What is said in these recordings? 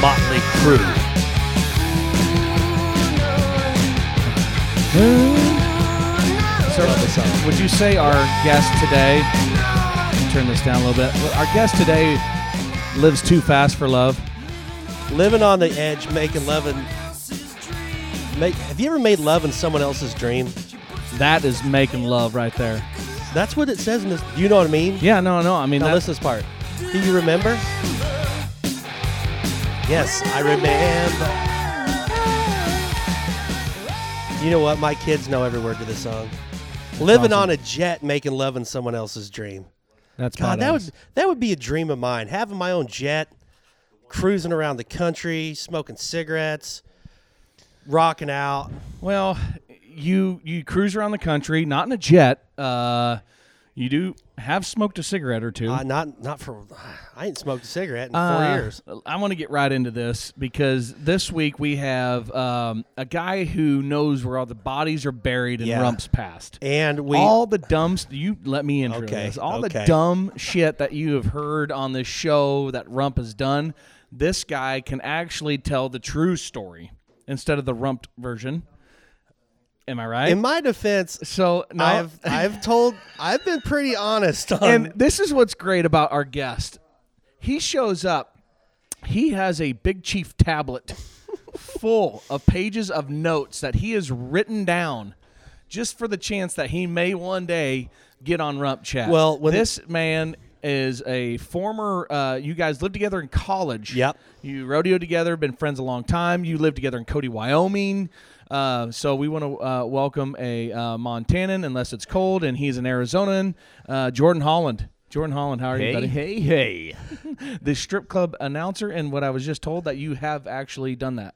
Motley Crue. Start off with something. Would you say our guest today? Turn this down a little bit. Our guest today lives too fast for love. Living on the edge, making love and make. Have you ever made love in someone else's dream? That is making love right there. That's what it says in this. Do you know what I mean? Yeah, no, no. I mean, Now that- listen to this part. Do you remember? Yes, I remember. You know what? My kids know every word to this song. Living awesome. on a jet, making love in someone else's dream. that's God, badass. that would that would be a dream of mine. Having my own jet, cruising around the country, smoking cigarettes, rocking out. Well, you you cruise around the country, not in a jet. Uh, you do have smoked a cigarette or two. Uh, not not for. I ain't smoked a cigarette in Uh, four years. I want to get right into this because this week we have um, a guy who knows where all the bodies are buried in Yeah. Rump's past. And we all the dumb st- you let me intro Okay, this. All the okay. dumb shit that you have heard on this show that Rump has done, this guy can actually tell the true story instead of the rumped version. Am I right? In my defense, so now I've I've told I've been pretty honest on and this is what's great about our guest. He shows up. He has a Big Chief tablet full of pages of notes that he has written down just for the chance that he may one day get on Rump Chat. Well, when- this man is a former, uh, you guys lived together in college. Yep. You rodeo together, been friends a long time. You lived together in Cody, Wyoming. Uh, so we want to uh, welcome a uh, Montanan, unless it's cold, and he's an Arizonan. Uh, Jordan Holland. Jordan Holland, how are you, buddy? hey, hey. The strip club announcer, and what I was just told that you have actually done that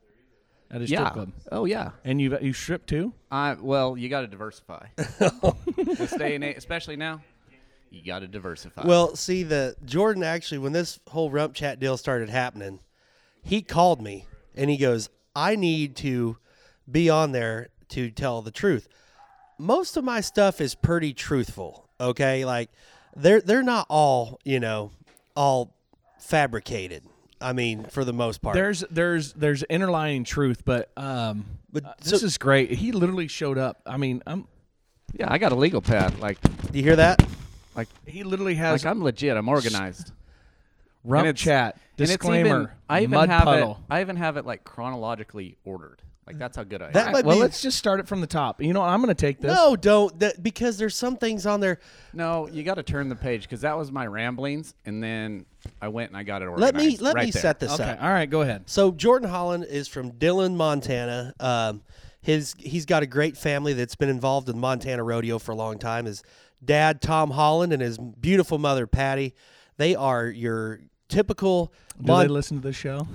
at a strip Yeah. club, Oh, yeah. and you you stripped too. I, well, you got to diversify. This day and age- especially now, you got to diversify. Well, see the Jordan actually when this whole rump chat deal started happening, he called me and he goes, "I need to be on there to tell the truth." Most of my stuff is pretty truthful, okay? Like they're they're not all, you know, all fabricated. I mean, for the most part. There's there's there's interlining truth, but um, But uh, so- this is great. He literally showed up. I mean, um, I'm yeah, I got a legal pad. Like, Do you hear that? like, he literally like has I'm legit. I'm organized. rump And it's- chat and it's disclaimer. even- I even mud have puddle. it. I even have it like chronologically ordered. Like that's how good I That am. might well, be- let's just start it from the top. You know, what? I'm going to take this. No, don't. That, because there's some things on there. no, you got to turn the page because that was my ramblings, and then I went and I got it Let organized. me let right me there. set this Okay. up. All right. Go ahead. So Jordan Holland is from Dillon, Montana. Um, his he's got a great family that's been involved in Montana rodeo for a long time. His dad Tom Holland and his beautiful mother Patty. They are your typical. Do Mon- they listen to this show?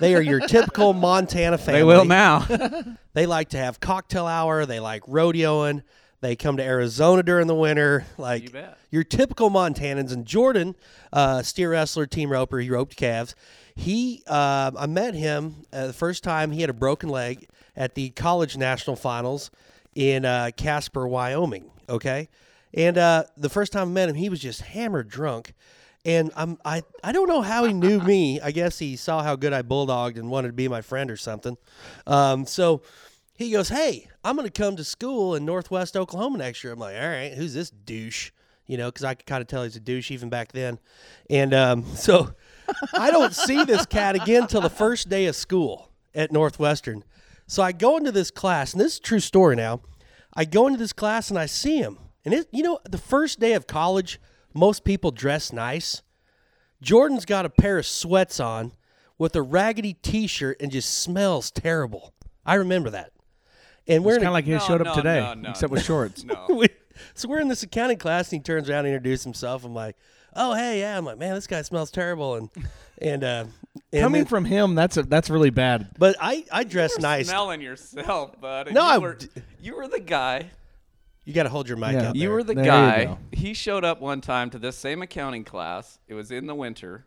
they are your typical Montana family. They will now. They like to have cocktail hour. They like rodeoing. They come to Arizona during the winter. Like You bet. your typical Montanans. And Jordan, uh, steer wrestler, team roper, he roped calves. He, uh, I met him uh, the first time he had a broken leg at the college national finals in uh, Casper, Wyoming. Okay, and uh, the first time I met him, he was just hammered drunk. And I'm, I, I don't know how he knew me. I guess he saw how good I bulldogged and wanted to be my friend or something. Um, so he goes, Hey, I'm going to come to school in Northwest Oklahoma next year. I'm like, All right, who's this douche? You know, because I could kind of tell he's a douche even back then. And um, so I don't see this cat again till the first day of school at Northwestern. So I go into this class, and this is a true story now. I go into this class and I see him. And it, you know, the first day of college, most people dress nice. Jordan's got a pair of sweats on with a raggedy t shirt and just smells terrible. I remember that. And we're It's in kind a- of like he No, showed up no, today, no, no, except no. with shorts. we, so we're in this accounting class, and he turns around and introduces himself. I'm like, "Oh, hey, yeah." I'm like, "Man, this guy smells terrible." And and uh, and Coming then- from him, that's a, that's really bad. but I I dress nice. smelling yourself, buddy. No, you I were, d- you were the guy. you got to hold your mic Yeah. up. You there. were the There you guy. go. He showed up one time to this same accounting class. It was in the winter,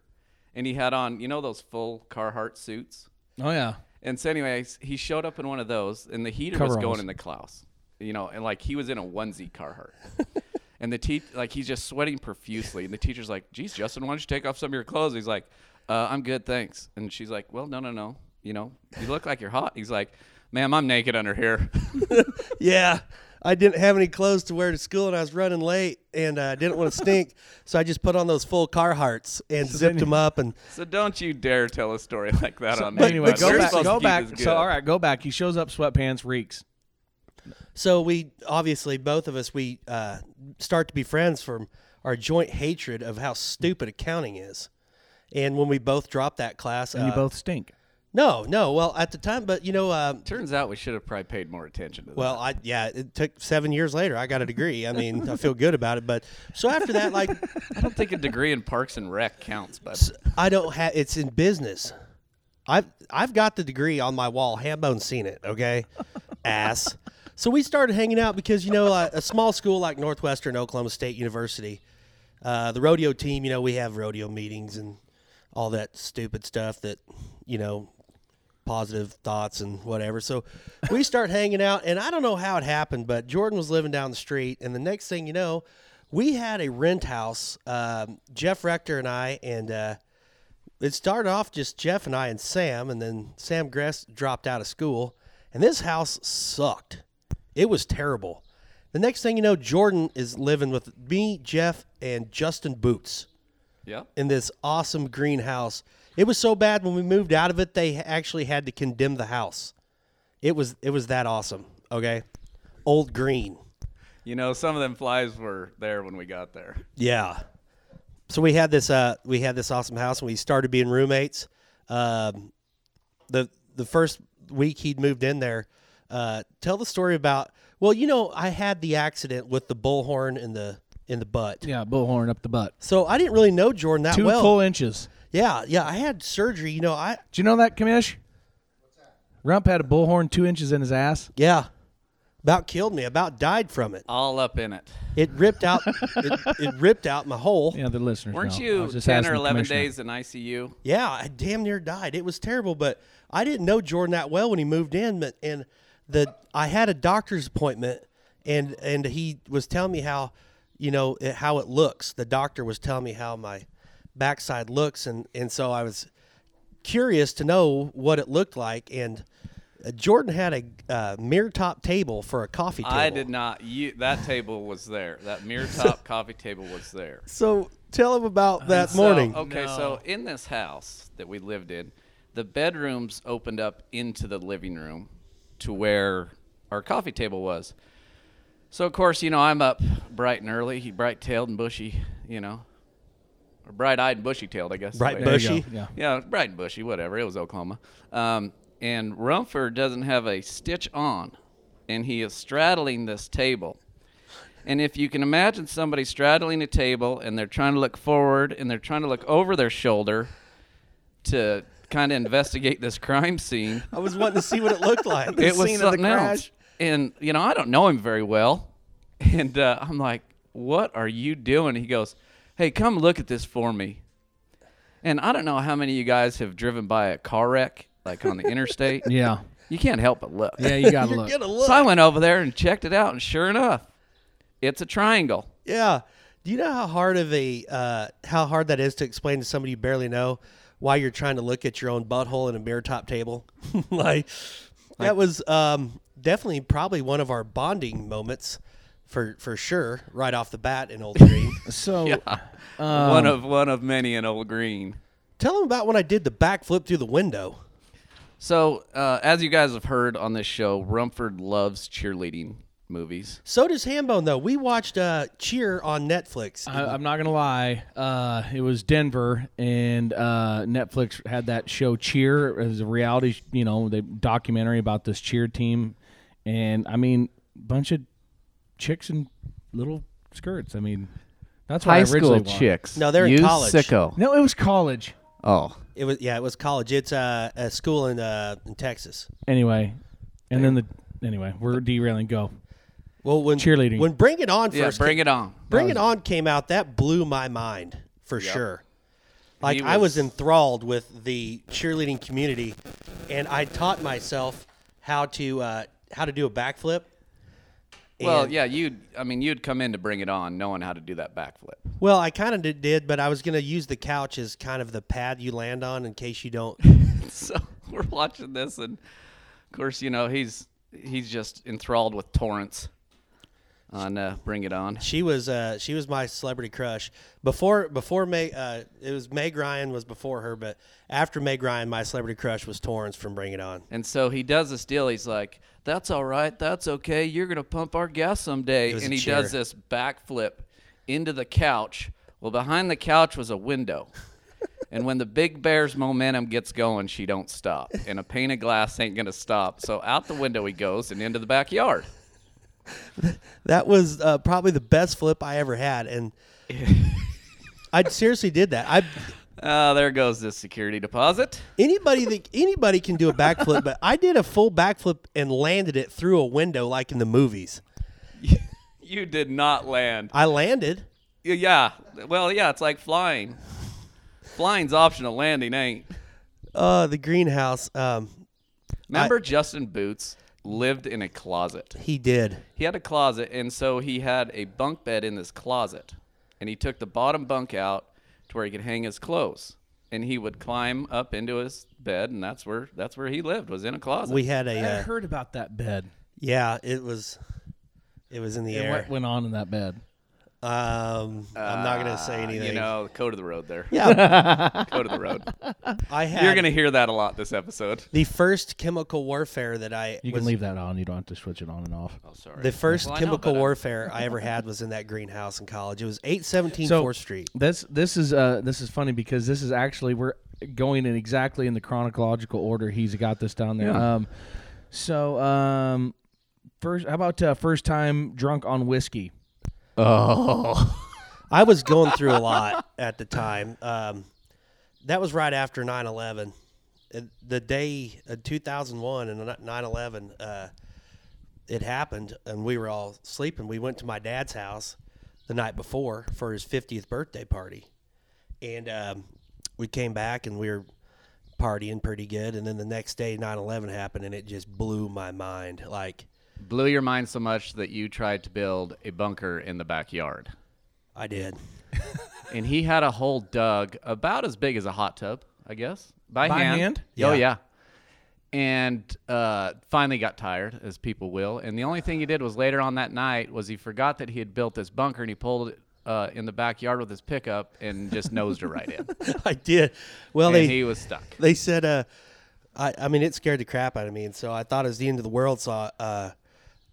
and he had on you know those full Carhartt suits. Oh yeah. And so, anyways, he showed up in one of those, and the heater was Coveralls. going in the Klaus. You know, and like he was in a onesie Carhartt. And the teacher, like, he's just sweating profusely. And the teacher's like, geez, Justin, why don't you take off some of your clothes? He's like, uh, I'm good, thanks. And she's like, well, no, no, no. You know, you look like you're hot. He's like, ma'am, I'm naked under here. Yeah. I didn't have any clothes to wear to school and I was running late and I uh, didn't want to stink. so I just put on those full Carhartts and zipped them up. And so don't you dare tell a story like that on But me. anyway, but go you're back. supposed Go back. So all right, go back. He shows up, sweatpants, reeks. so we obviously, both of us, we uh, start to be friends from our joint hatred of how stupid accounting is. And when we both dropped that class, You uh, both stink. no, no. Well, at the time, but you know, uh, Turns out we should have probably paid more attention to that. Well, I yeah, it took seven years later. I got a degree. I mean, I feel good about it. But so after that, like, I don't think a degree in Parks and Rec counts, but I don't have. It's in business. I've I've got the degree on my wall. Hambone's seen it. Okay, ass. So we started hanging out because you know uh, a small school like Northwestern Oklahoma State University, uh, the rodeo team. You know we have rodeo meetings and all that stupid stuff that you know positive thoughts and whatever. So we start hanging out, and I don't know how it happened, but Jordan was living down the street, and the next thing you know, we had a rent house. Um, Jeff Rector and I, and uh, it started off just Jeff and I and Sam, and then Sam Gress dropped out of school, and this house sucked. It was terrible. The next thing you know, Jordan is living with me, Jeff, and Justin Boots yeah. in this awesome greenhouse. It was so bad when we moved out of it, they actually had to condemn the house. It was it was that awesome. Okay, old green. You know, some of them flies were there when we got there. Yeah. So we had this uh we had this awesome house and we started being roommates. Um, the the first week he'd moved in there, uh, tell the story about well, you know, I had the accident with the bullhorn in the in the butt. Yeah, bullhorn up the butt. So I didn't really know Jordan that Two well. full inches. yeah, yeah. I had surgery, you know, I Do you know that, Kamish? Rump had a bullhorn two inches in his ass. yeah. About killed me, about died from it. All up in it. It ripped out it, it ripped out my hole. Yeah, the listeners. Weren't know. I you was just 10 asking or the 11 commissioner. days in ICU? Yeah, I damn near died. It was terrible, but I didn't know Jordan that well when he moved in. But and the I had a doctor's appointment, and and he was telling me how, you know, it, how it looks. The doctor was telling me how my backside looks, and and so I was curious to know what it looked like. And uh, Jordan had a uh, mirror top table for a coffee table. I did not. You that table was there. That mirror top coffee table was there. So tell him about that So, morning. okay, so in this house that we lived in, the bedrooms opened up into the living room to where our coffee table was. So of course, you know, I'm up bright and early, he bright tailed and bushy, you know. Or bright eyed and bushy tailed, I guess. is the Bright way it There is. you go. Bushy? Yeah. Yeah, bright and bushy, whatever. It was Oklahoma. Um, and Rumford doesn't have a stitch on, and he is straddling this table. And if you can imagine somebody straddling a table and they're trying to look forward and they're trying to look over their shoulder to kind of investigate this crime scene, I was wanting to see what it looked like. The it was scene of the something crash. else. And you know, I don't know him very well, and uh, I'm like, "What are you doing?" He goes, "Hey, come look at this for me." And I don't know how many of you guys have driven by a car wreck, like on the interstate. Yeah. You can't help but look. Yeah, you gotta You're look. gonna look. So I went over there and checked it out, and sure enough, it's a triangle. Yeah. Do you know how hard of a uh, how hard that is to explain to somebody you barely know why you're trying to look at your own butthole in a mirror top table? like that was um, definitely probably one of our bonding moments for for sure right off the bat in Old Green. So Oh. one of one of many in Old Green. Tell them about when I did the backflip through the window. So uh, as you guys have heard on this show, Rumford loves cheerleading movies. So does Hambone though. We watched uh, Cheer on Netflix. I, I'm not gonna lie. Uh, it was Denver, and uh, Netflix had that show Cheer as a reality, sh- you know, they documentary about this cheer team, and I mean, bunch of chicks in little skirts. I mean, that's what I originally watched. No, they're in You college. sicko. No, it was college. Oh. it was yeah, it was college. It's uh, a school in uh, in Texas. Anyway, and then the anyway, we're derailing. Go. Well, when Cheerleading. when Bring It On first, Yeah, came- bring it on. Bring It On came out. That blew my mind for sure. Like He I was was- enthralled with the cheerleading community, and I taught myself how to uh, how to do a backflip, Well, And- yeah, you'd. I mean, you'd come in to bring it on, knowing how to do that backflip. Well, I kind of did, but I was going to use the couch as kind of the pad you land on in case you don't. so we're watching this and of course you know he's he's just enthralled with torrents on uh, bring it on She was uh, she was my celebrity crush before before May. Uh, it was Meg Ryan was before her, but after Meg Ryan, my celebrity crush was Torrance from Bring It On. and so he does this deal he's like that's all right that's okay you're gonna pump our gas someday was and a he cheer. does this backflip into the couch well behind the couch was a window and when the big bear's momentum gets going she don't stop and a pane of glass ain't gonna stop so out the window he goes and into the backyard That was uh, probably the best flip I ever had, and I seriously did that. I Ah, there goes this security deposit anybody that anybody can do a backflip, but I did a full backflip and landed it through a window like in the movies. You did not land. I landed. Y- Yeah. Well, yeah, it's like flying. Flying's optional, landing ain't. Uh, the greenhouse. Um, Remember Justin Boots lived in a closet. he did. He had a closet and so he had a bunk bed in this closet. And he took the bottom bunk out to where he could hang his clothes. And he would climb up into his bed and that's where that's where he lived was in a closet. We had a I uh, heard about that bed yeah. It was, it was in the and air. what went on in that bed. Um, I'm not gonna say Uh, anything. you know, go to the road there. Yeah, Go to the road. I had You're gonna hear that a lot this episode. the first chemical warfare that I You was, can leave that on. You don't have to switch it on and off. Oh, sorry. The first Well, I know, chemical but I- warfare I ever had was in that greenhouse in college. It was 817 So- 4th Street. This this is uh this is funny because this is actually we're going in exactly in the chronological order he's got this down there. Um, so um, first how about uh, first time drunk on whiskey? I was going through a lot at the time. Um, that was right after 9 11. The day uh, 2001 and 9 11, uh, it happened, and we were all sleeping. We went to my dad's house the night before for his 50th birthday party. And um, we came back and we were partying pretty good. And then the next day, 9 11 happened, and it just blew my mind. Like, blew your mind so much that you tried to build a bunker in the backyard. I did. And he had a hole dug about as big as a hot tub, I guess, by, By hand? Oh, Yeah. yeah. And uh, finally got tired, as people will. And the only thing he did was later on that night was he forgot that he had built this bunker and he pulled it uh, in the backyard with his pickup and just nosed her right in. I did. Well, and they he was stuck. they said uh I, I mean it scared the crap out of me and so i thought it was the end of the world so uh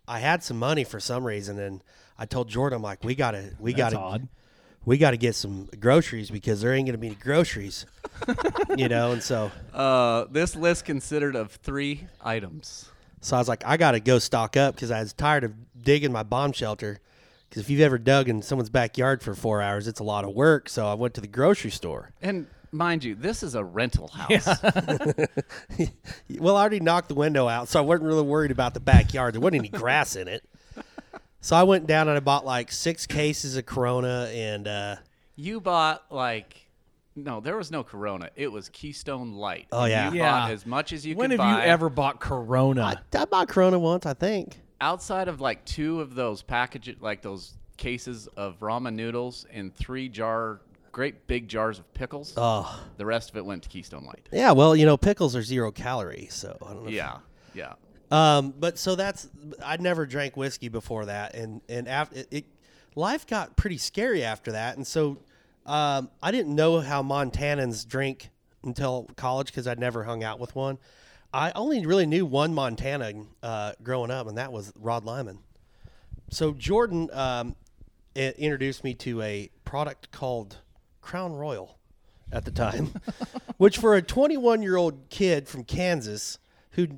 i had some money for some reason and i told jordan i'm like we gotta we That's gotta odd. we gotta get some groceries because there ain't gonna be any groceries you know and so Uh, this list considered of three items. so i was like i gotta go stock up because i was tired of digging my bomb shelter because if you've ever dug in someone's backyard for four hours it's a lot of work so i went to the grocery store And mind you, this is a rental house. Well, I already knocked the window out, so I wasn't really worried about the backyard. There wasn't any grass in it. So I went down and I bought like six cases of Corona and uh, You bought like no, there was no Corona. It was Keystone Light. Oh, And yeah. you Yeah. bought as much as you when could have buy. you ever bought Corona? I, I bought Corona once, I think. outside of like two of those packages, like those cases of ramen noodles and three jar, great big jars of pickles? Oh, the rest of it went to Keystone Light. yeah. Well, you know, pickles are zero calorie, so I don't know. Yeah, yeah. Um, but so that's I never drank whiskey before that, and and after it, it life got pretty scary after that, and so um, I didn't know how Montanans drink until college because I'd never hung out with one. I only really knew one Montanan uh, growing up, and that was Rod Lyman. So Jordan um, i- introduced me to a product called Crown Royal at the time, which for a 21 year old kid from Kansas who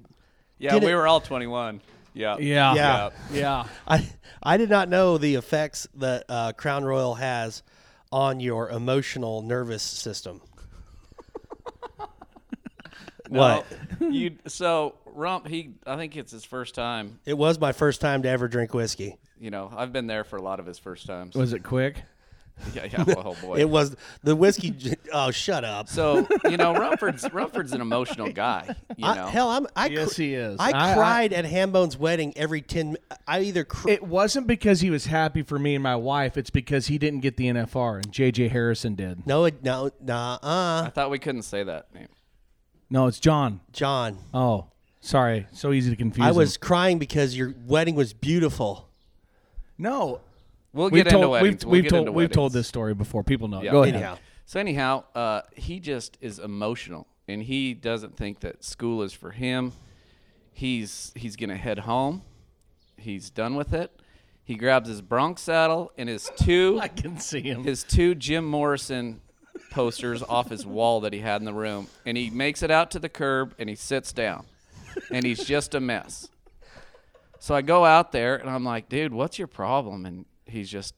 Yeah, Did we it- were all 21. Yeah. yeah, Yeah. yeah. I I did not know the effects that uh, Crown Royal has on your emotional nervous system. what? No, you so Rump he I think it's his first time. It was my first time to ever drink whiskey. You know, I've been there for a lot of his first times. Was it quick? Yeah, yeah. Oh boy. It was the whiskey. j- Oh, shut up. so you know, Rumford's Rumford's an emotional guy. You I- know, hell, I'm. I Yes, he is. I, I- I- cried at Hambone's wedding every ten. I either cr- It wasn't because he was happy for me and my wife. It's because he didn't get the NFR and J.J. Harrison did. no, it- no, nah, uh, I thought we couldn't say that name. No, it's John. John. Oh, sorry. So easy to confuse. I him. was crying because your wedding was beautiful. no. We'll We've get into told we've, weddings. We'll we've get told into we've told weddings. this story before. People know. Yeah. Go ahead. Anyhow, So anyhow, uh, he just is emotional, and he doesn't think that school is for him. He's he's gonna head home. He's done with it. He grabs his Bronx saddle and his two I can see him. his two Jim Morrison posters off his wall that he had in the room, and he makes it out to the curb and he sits down, and he's just a mess. So I go out there and I'm like, dude, what's your problem? And he's just,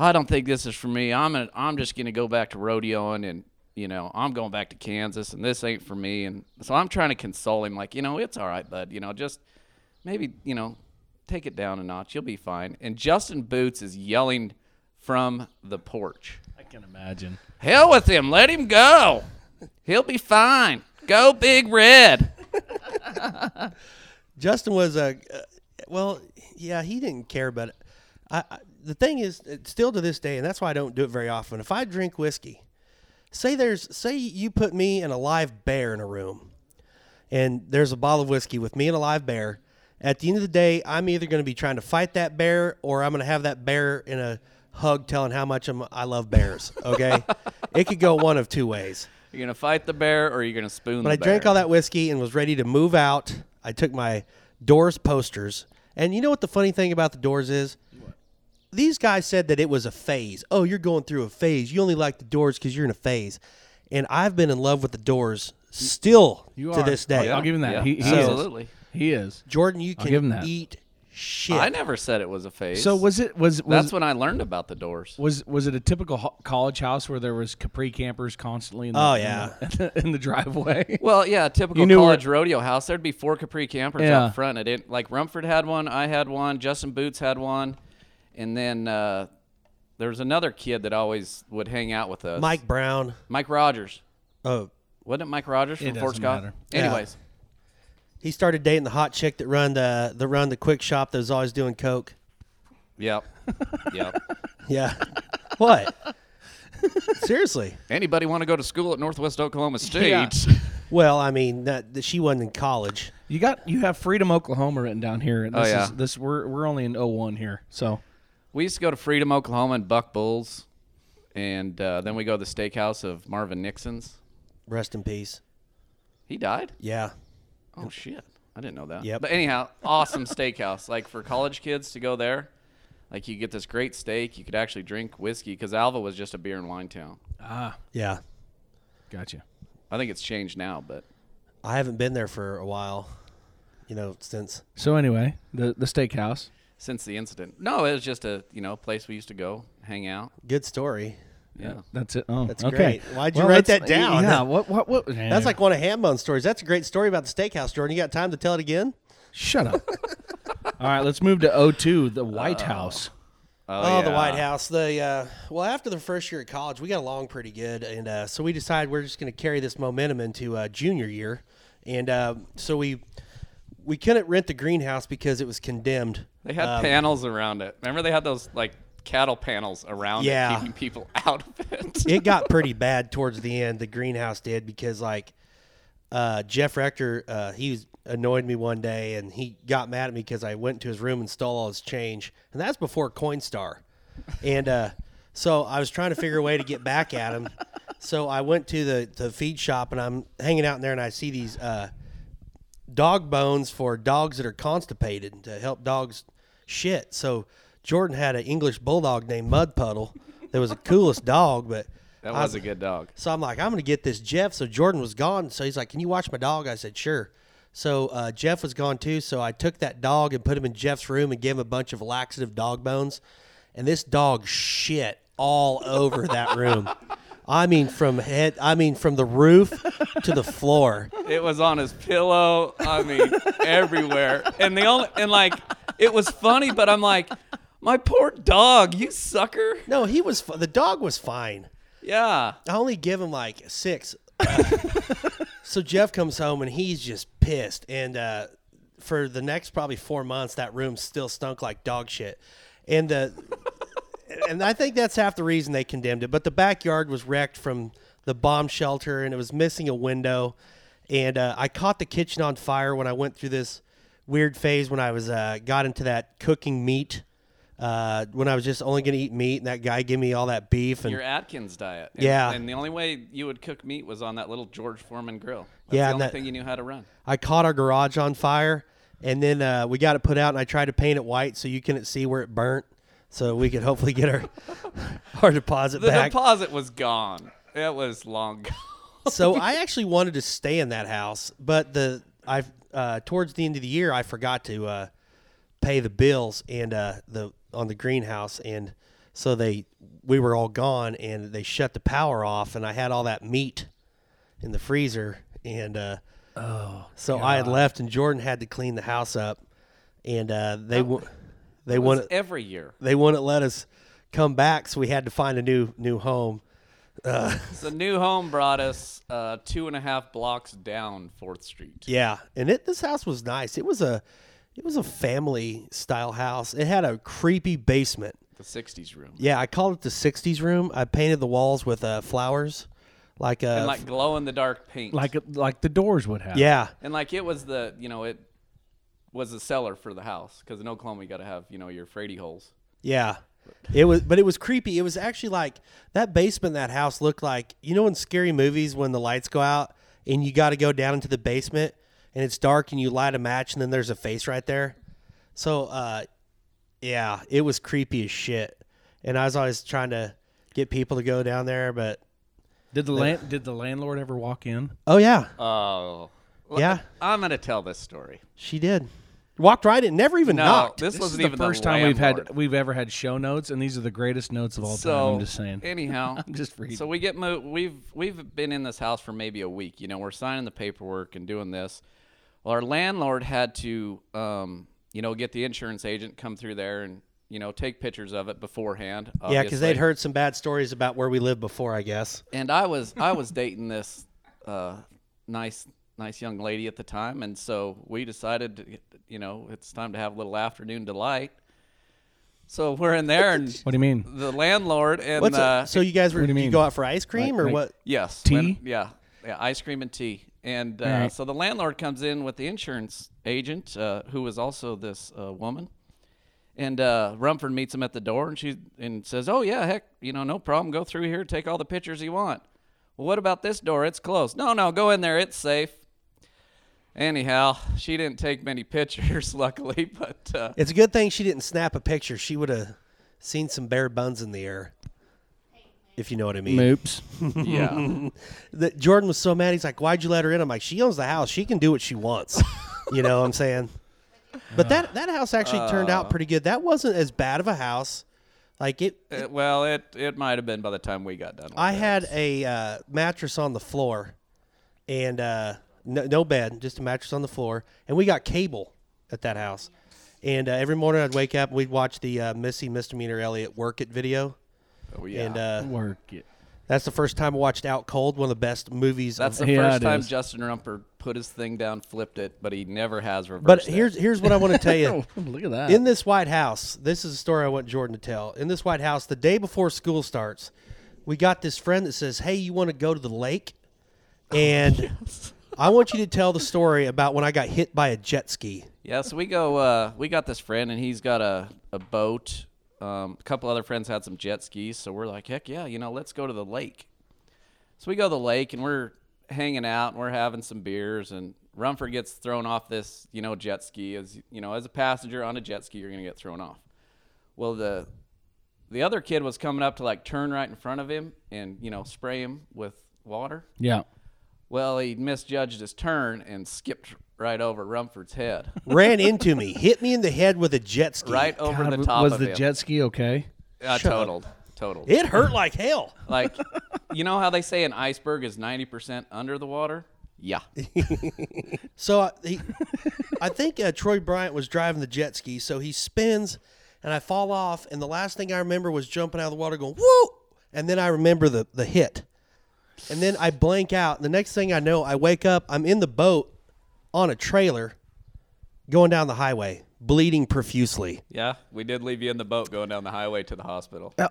I don't think this is for me. I'm an, I'm just gonna go back to rodeoing and you know I'm going back to Kansas and this ain't for me. And so I'm trying to console him like, you know, it's all right, bud. You know, just maybe you know take it down a notch. You'll be fine. And Justin Boots is yelling from the porch. I can imagine. Hell with him. Let him go. He'll be fine. Go Big Red. Justin was a. Uh, well, yeah, he didn't care about it. I, I, the thing is, it's still to this day, and that's why I don't do it very often. If I drink whiskey, say there's say you put me and a live bear in a room, and there's a bottle of whiskey with me and a live bear. At the end of the day, I'm either going to be trying to fight that bear, or I'm going to have that bear in a hug, telling how much I'm, I love bears. Okay, it could go one of two ways. You're gonna fight the bear or you're gonna spoon But the I drank bear? all that whiskey and was ready to move out. I took my Doors posters. And you know what the funny thing about the Doors is? These guys said that it was a phase. Oh, you're going through a phase. You only like the Doors because you're in a phase. And I've been in love with the Doors still You to are. Oh, this day. I'll give him that. Yeah, He, he absolutely. Is. He is. Jordan, you give 'em can that. eat shit. I never said it was a phase. So was it was was that's when I learned about the doors. was was it a typical ho- college house where there was Capri campers constantly in the, Oh, in yeah. the- in the driveway? Well, yeah, typical You knew college what- rodeo house. There'd be four Capri campers Yeah. out front. I didn't like Rumford had one. I had one. Justin Boots had one, and then uh, there was another kid that always would hang out with us. Mike Brown. Mike Rogers. Oh, Wasn't it Mike Rogers from Fort doesn't Scott? matter. Anyways, he started dating the hot chick that run the that run the quick shop that was always doing coke. yep, yep. Yeah. what? Seriously. Anybody want to go to school at Northwest Oklahoma State? Yeah. Well, I mean, that, that she wasn't in college. You got you have Freedom Oklahoma written down here. and Oh, This yeah. is this we're we're only in 01 here. So We used to go to Freedom, Oklahoma, and Buck Bulls, and uh, then we go to the steakhouse of Marvin Nixon's. Rest in peace. He died. Yeah. Oh shit! I didn't know that. Yep. But anyhow, awesome steakhouse. Like for college kids to go there, like you get this great steak. You could actually drink whiskey because Alva was just a beer and wine town. Ah, Yeah. gotcha. I think it's changed now, but I haven't been there for a while, you know, since. So anyway, the the steakhouse. since the incident, no, it was just a you know place we used to go hang out. Good story. Yeah. That's it. Oh, That's okay. great. Why'd you write let's- that down? Yeah. What? What? What? That's like one of Hambone's stories. That's a great story about the steakhouse, Jordan. You got time to tell it again? Shut up. All right, let's move to 02, the White House. Oh, the yeah. White House. The uh, well, after the first year of college, we got along pretty good, and uh, so we decided we're just going to carry this momentum into uh, junior year, and uh, so we we couldn't rent the greenhouse because it was condemned. They had panels around it. Remember they had those like cattle panels around Yeah. it, keeping people out of it. it got pretty bad towards the end. The greenhouse did because like uh, Jeff Rector, uh, he was- annoyed me one day and he got mad at me because I went to his room and stole all his change, and that's before Coinstar. And uh, so I was trying to figure a way to get back at him. So I went to the, the feed shop and I'm hanging out in there and I see these uh, dog bones for dogs that are constipated to help dogs shit. So Jordan had an English bulldog named Mud Puddle that was the coolest dog, but that I- was a good dog. So I'm like, I'm gonna get this Jeff. So Jordan was gone. So he's like, Can you watch my dog? I said, Sure. So uh, Jeff was gone too. So I took that dog and put him in Jeff's room and gave him a bunch of laxative dog bones, and this dog shit all over that room. I mean, from head. I mean, from the roof to the floor. It was on his pillow. I mean, everywhere. And the only and like it was funny, but I'm like, My poor dog, you sucker. No, he was. F- the dog was fine. Yeah. I only give him like six. so Jeff comes home and he's just pissed. And uh, for the next probably four months, that room still stunk like dog shit. And the and I think that's half the reason they condemned it. But the backyard was wrecked from the bomb shelter, and it was missing a window. And uh, I caught the kitchen on fire when I went through this weird phase when I was uh, got into that cooking meat. Uh, when I was just only gonna eat meat, and that guy gave me all that beef, and Your Atkins diet. And- Yeah. And the only way you would cook meat was on that little George Foreman grill. That's Yeah, the and only that- thing you knew how to run. I caught our garage on fire, and then uh, we got it put out, and I tried to paint it white so you couldn't see where it burnt, so we could hopefully get our our deposit The back. deposit was gone. It was long gone. so I actually wanted to stay in that house, but the I uh, towards the end of the year I forgot to uh, pay the bills and uh, the on the greenhouse, and so they we were all gone, and they shut the power off, and I had all that meat in the freezer, and uh, oh, so I had left, and Jordan had to clean the house up, and uh, they wou- they It was wouldn't every year. they wouldn't let us come back, so we had to find a new new home. The new home brought us uh, two and a half blocks down Fourth Street. Yeah, and it this house was nice. It was a it was a family style house. It had a creepy basement. The '60s room. Yeah, I called it the '60s room. I painted the walls with uh, flowers, like uh, And like glow in the dark paint. like like the doors would have. yeah, and like it was the you know it was the cellar for the house because in Oklahoma you got to have you know your Frady holes. yeah. It was, but it was creepy. It was actually like that basement. in That house looked like you know in scary movies when the lights go out and you got to go down into the basement and it's dark and you light a match and then there's a face right there. So uh, yeah, it was creepy as shit. And I was always trying to get people to go down there, but Did the land, did the landlord ever walk in? oh yeah, Oh, Yeah. I'm gonna tell this story. she did. Walked right in, never even No, knocked. this, This wasn't is the even first the time we've had landlord. we've ever had show notes, and these are the greatest notes of all time. I'm just saying. Anyhow, I'm just reading. So we get mo- we've we've been in this house for maybe a week. You know, we're signing the paperwork and doing this. Well, our landlord had to, um, you know, get the insurance agent come through there and you know take pictures of it beforehand. Yeah, because obviously. they'd heard some bad stories about where we lived before, I guess. and I was I was dating this uh, nice nice young lady at the time, and so we decided, to, you know, it's time to have a little afternoon delight. So we're in there, and what do you mean? the landlord and What's uh, a, so you guys were? What do you you, mean? go out for ice cream Like- or like- what? yes, Tea? when- yeah, yeah, ice cream and tea, and uh, Alright. so the landlord comes in with the insurance agent, uh, who was also this uh, woman. And uh, Rumford meets him at the door, and she and says, "Oh yeah, heck, you know, no problem. Go through here, take all the pictures you want. Well, what about this door? It's closed. No, no, go in there. It's safe." Anyhow, she didn't take many pictures, luckily, but uh, It's a good thing she didn't snap a picture. She would have seen some bare buns in the air, if you know what I mean. Moops. yeah, That Jordan was so mad. He's like, "Why'd you let her in?" I'm like, "She owns the house. She can do what she wants." you know what I'm saying? But that that house actually turned out pretty good. That wasn't as bad of a house. Like it, Uh, well, it it might have been by the time we got done. With I it. had a uh, mattress on the floor, and uh, no, no bed, just a mattress on the floor, and we got cable at that house. And uh, every morning I'd wake up, we'd watch the uh, Missy Misdemeanor Elliott Work It video, Oh, yeah. and uh, Work it. that's the first time I watched Out Cold, one of the best movies. That's of, the Yeah, first it time is. Justin Rumper put his thing down, flipped it, but he never has reversed. but it. here's here's what I want to tell you. Oh, Look at that. In this White House, this is a story I want Jordan to tell. In this White House, the day before school starts, we got this friend that says, "Hey, you want to go to the lake?" And I want you to tell the story about when I got hit by a jet ski. yeah, so we go. Uh, we got this friend, and he's got a a boat. Um, a couple other friends had some jet skis, so we're like, heck yeah, you know, let's go to the lake. So we go to the lake, and we're hanging out, and we're having some beers, and Rumford gets thrown off this, you know, jet ski. As you know, as a passenger on a jet ski, you're gonna get thrown off. Well, the the other kid was coming up to like turn right in front of him and you know spray him with water. yeah. Well, he misjudged his turn and skipped right over Rumford's head, Ran into me, hit me in the head with a jet ski. right over God, the w- top was of the him. jet ski okay? uh, totaled, totaled. It hurt like hell. Like, you know how they say an iceberg is ninety percent under the water? Yeah, uh, So I, he, I think uh, Troy Bryant was driving the jet ski, so he spins, and I fall off, and the last thing I remember was jumping out of the water going, woo! And then I remember the, the hit. And then I blank out. And the next thing I know, I wake up, I'm in the boat on a trailer going down the highway, bleeding profusely. Yeah, we did leave you in the boat going down the highway to the hospital. Uh,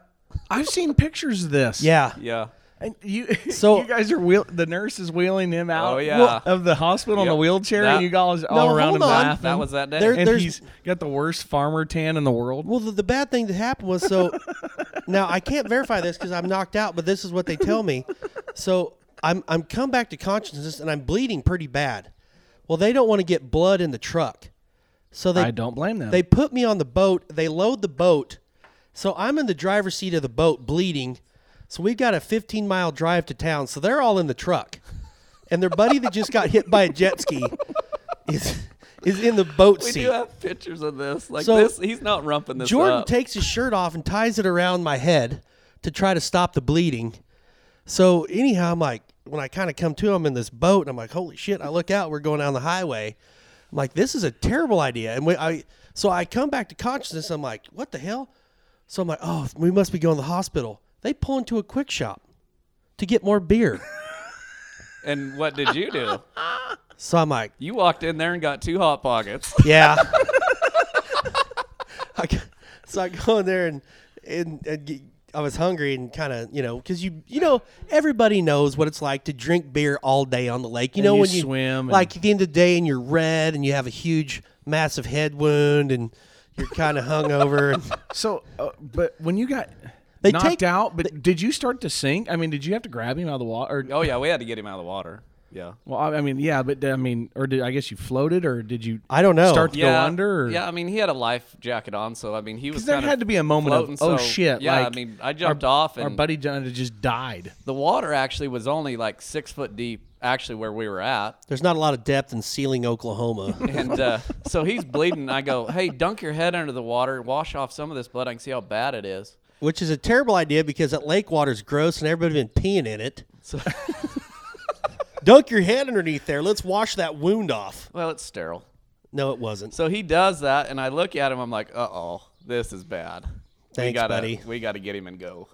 I've seen pictures of this. Yeah. Yeah. And you, So- you guys are wheel, the nurse is wheeling him out Oh, yeah. of the hospital in Yep. a wheelchair, That- and you guys all No, around hold him on. laughing. That was that day. There- and There's- he's got the worst farmer tan in the world. Well, the, the bad thing that happened was so. now I can't verify this because I'm knocked out, but this is what they tell me. So I'm I'm come back to consciousness and I'm bleeding pretty bad. Well, they don't want to get blood in the truck, so they I don't blame them. They put me on the boat. They load the boat, so I'm in the driver's seat of the boat, bleeding. So we've got a 15 mile drive to town. So they're all in the truck, and their buddy that just got hit by a jet ski is is in the boat We seat. do have pictures of this. Like So- this, he's not rumping this Jordan up. takes his shirt off and ties it around my head to try to stop the bleeding. So anyhow, I'm like, when I kind of come to, I'm in this boat, and I'm like, holy shit! I look out, we're going down the highway. I'm like, this is a terrible idea. And we, I, so I come back to consciousness. I'm like, what the hell? So I'm like, oh, we must be going to the hospital. They pull into a quick shop to get more beer. and what did you do? so I'm like, You walked in there and got two hot pockets. Yeah. I, go- so I go in there and and, and get, I was hungry and kind of you know because you you know everybody knows what it's like to drink beer all day on the lake. You know you when you swim and- like at the end of the day and you're red and you have a huge massive head wound and you're kind of hungover. And, so, uh, but when you got They knocked take- out, but did you start to sink? I mean, did you have to grab him out of the water? Or, Oh yeah, we had to get him out of the water. Yeah. well, I I mean, yeah, but I mean, or did I guess you floated, or did you? I don't know. Start to Yeah. go under? Or? Yeah, I mean he had a life jacket on, so I mean he was. There kind had of to be a moment of floating, oh so, shit! Yeah, like, I mean I jumped our, off and our buddy John just died. the water actually was only like six foot deep, actually where we were at. There's not a lot of depth in Sealing, Oklahoma. And uh, so he's bleeding. I go, hey, dunk your head under the water, wash off some of this blood. I can see how bad it is. Which is a terrible idea because that lake water's gross and everybody's been peeing in it. So, Dunk your head underneath there. Let's wash that wound off. well, it's sterile. No, it wasn't. So he does that, and I look at him. I'm like, uh oh, this is bad. we Thanks, gotta, buddy. We got to get him and go.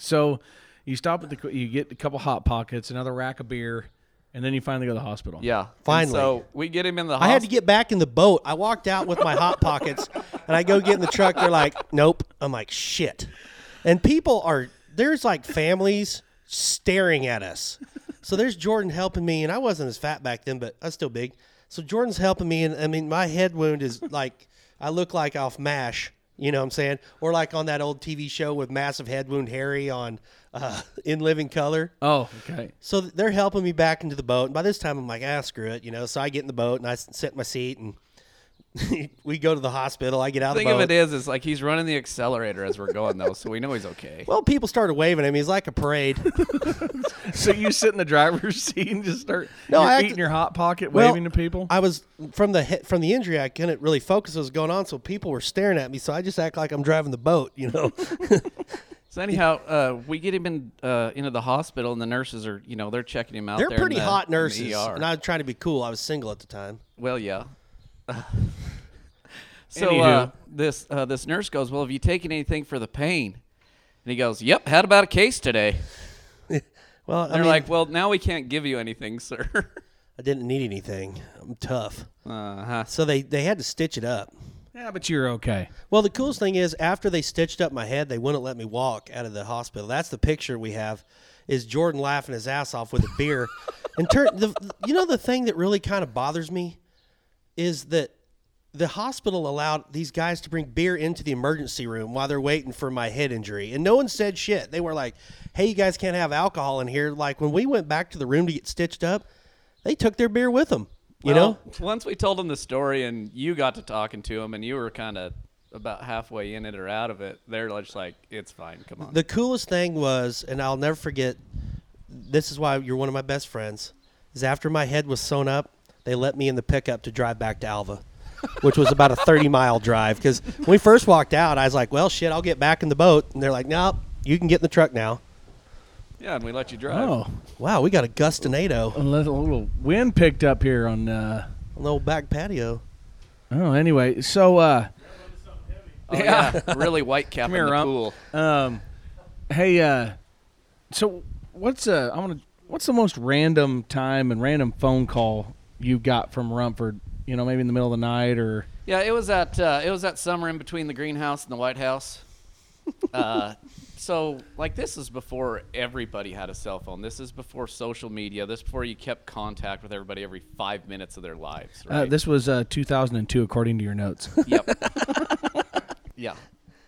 So you stop at the you get a couple hot pockets, another rack of beer, and then you finally go to the hospital. Yeah. And Finally. so we get him in the. I had to hosp- get back in the boat. I walked out with my hot pockets, and I go get in the truck. They're like, "Nope." I'm like, "Shit!" And people are there's like families staring at us. So there's Jordan helping me, and I wasn't as fat back then, but I was still big. So Jordan's helping me, and I mean, my head wound is like I look like off Mash. You know what I'm saying? Or like on that old TV show with massive head wound Harry on uh, In Living Color. Oh, okay. So th- they're helping me back into the boat. And by this time, I'm like, ah, screw it, you know. So I get in the boat and I s- sit in my seat and we go to the hospital. I get out The thing of of the it boat. is, is like he's running the accelerator as we're going though, so we know he's okay. well, people started waving at me. It's like a parade. So you sit in the driver's seat and just start No, you're I act- eating your hot pocket, Well, waving to people. I was from the he- from the injury. I couldn't really focus what was going on, so people were staring at me. So I just act like I'm driving the boat, you know. So anyhow, uh, we get him in uh, into the hospital, and the nurses are, you know, they're checking him out. they're there in pretty the- hot in the nurses, ER. and I was trying to be cool. I was single at the time. Well, yeah. so Anywho. uh, this uh, this nurse goes, "Well, have you taken anything for the pain?" And he goes, "Yep, had about a case today." Well, I They're mean, like, "Well, now we can't give you anything, sir." I didn't need anything. I'm tough. uh-huh. So they they had to stitch it up. yeah, but you're okay. Well, the coolest thing is after they stitched up my head, they wouldn't let me walk out of the hospital. That's the picture we have is Jordan laughing his ass off with a beer. and turn the you know the thing that really kind of bothers me is that the hospital allowed these guys to bring beer into the emergency room while they're waiting for my head injury. And no one said shit. They were like, "Hey, you guys can't have alcohol in here." Like when we went back to the room to get stitched up, they took their beer with them. You know? once we told him the story, and you got to talking to him, and you were kind of about halfway in it or out of it. They're just like, "It's fine, come on." The coolest thing was, and I'll never forget. This is why you're one of my best friends. Is after my head was sewn up, they let me in the pickup to drive back to Alva, which was about a 30 mile drive. Because when we first walked out, I was like, "Well, shit, I'll get back in the boat," and they're like, "Nope, you can get in the truck now." yeah, and we let you drive. Oh, Wow, we got a gustinado a little, a little wind picked up here on. Uh, on the old back patio. oh, anyway, so uh, Oh, yeah. really white cap in the Rump. pool. Um, hey, uh, so what's uh, I want to. What's the most random time and random phone call you got from Rumford? You know, maybe in the middle of the night or Yeah, it was that uh, it was that summer in between the greenhouse and the White House. Uh, so like this is before everybody had a cell phone. This is before social media. This is before you kept contact with everybody every five minutes of their lives. Right? uh, this was uh, 2002, according to your notes. Yep. yeah.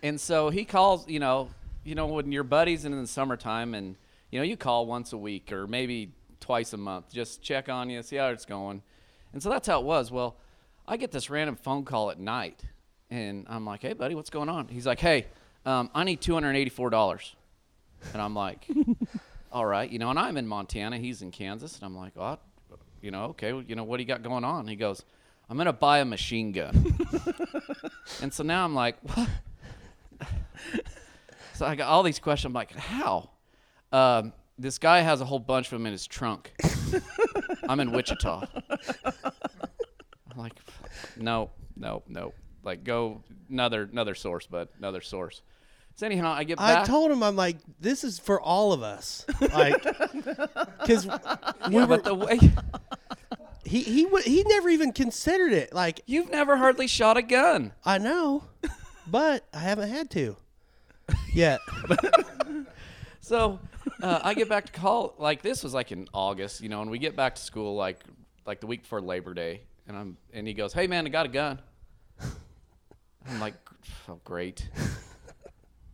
And so he calls, you know, you know, when your buddies and in the summertime and you know, you call once a week or maybe twice a month, just check on you, see how it's going. And so that's how it was. Well, I get this random phone call at night and I'm like, Hey buddy, what's going on? He's like, Hey, um, I need two hundred and eighty four dollars and I'm like, all right, you know, and I'm in Montana, he's in Kansas, and I'm like, oh, you know, okay, well, you know, what do you got going on? He goes, I'm gonna buy a machine gun, and so now I'm like, what? so I got all these questions. I'm like, how? Um, this guy has a whole bunch of them in his trunk. I'm in Wichita. I'm like, no, no, no. Like, go another another source, but another source. So anyhow, I get I back. told him, I'm like, this is for all of us. Like, because Yeah, but the way he, he, would he never even considered it. Like, you've never hardly shot a gun. I know, but I haven't had to yet. So uh, I get back to call like this was like in August, you know, and we get back to school like like the week before Labor Day, and I'm and he goes, "Hey man, I got a gun." I'm like, "Oh great."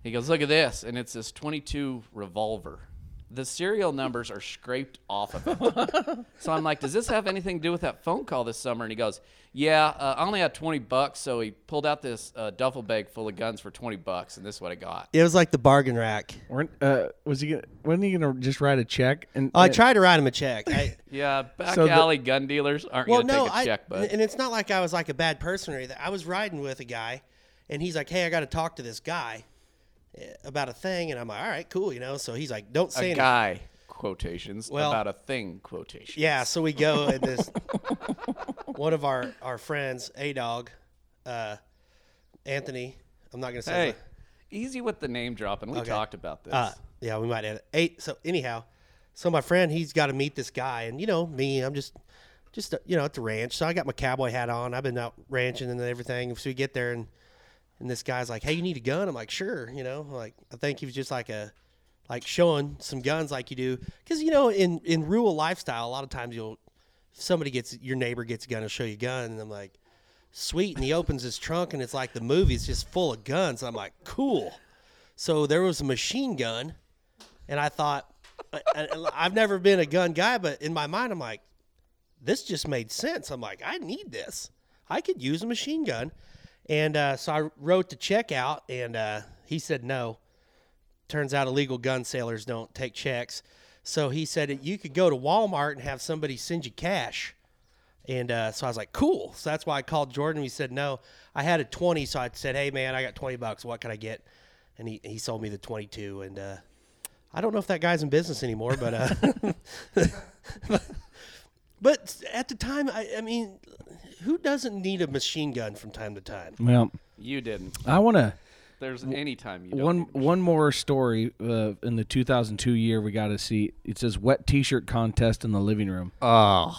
He goes, "Look at this," and it's this 22 revolver. The serial numbers are scraped off of it. so I'm like, "Does this have anything to do with that phone call this summer?" And he goes, "Yeah, uh, I only had 20 bucks, so he pulled out this uh, duffel bag full of guns for 20 bucks, and this is what I got." It was like the bargain rack. Weren't, uh, was he? Gonna, wasn't he going to just write a check? And I tried to write him a check. I, Yeah, back So the- alley gun dealers aren't well, gonna no, take a I, check, but and it's not like I was like a bad person or anything. I was riding with a guy, and he's like, "Hey, I got to talk to this guy eh, about a thing," and I'm like, "All right, cool," you know. So he's like, "Don't say a anything." guy quotations Well- about a thing quotation. Yeah, so we go and this one of our our friends, a dog, uh, Anthony. I'm not gonna say. Hey, his name. easy with the name dropping. We talked about this. Uh, yeah, we might edit eight. So anyhow, so my friend, he's got to meet this guy, and you know me, I'm just, just uh, you know at the ranch. So I got my cowboy hat on. I've been out ranching and everything. So we get there, and and this guy's like, "Hey, you need a gun?" I'm like, "Sure," you know. Like I think he was just like a, like showing some guns like you do, because you know in in rural lifestyle, a lot of times you'll somebody gets your neighbor gets a gun and show you a gun, and I'm like. Sweet, and he opens his trunk, and it's like the movie's just full of guns. I'm like, cool. So there was a machine gun, and I thought, I- I- I've never been a gun guy, but in my mind, I'm like, this just made sense. I'm like, I need this. I could use a machine gun. And uh, so I wrote the check out, and uh, he said no. Turns out illegal gun sailors don't take checks. So he said that you could go to Walmart and have somebody send you cash. And uh, so I was like, cool. So that's why I called Jordan. He said, no, I had a 20. So I said, hey, man, I got 20 bucks. What can I get? And he, he sold me the 22. And uh, I don't know if that guy's in business anymore, but. Uh, But at the time, I, I mean, who doesn't need a machine gun from time to time? well, You didn't. I want to. There's any time you don't. one need- one more story uh, in the 2002 year we got to see it says wet t-shirt contest in the living room Yeah,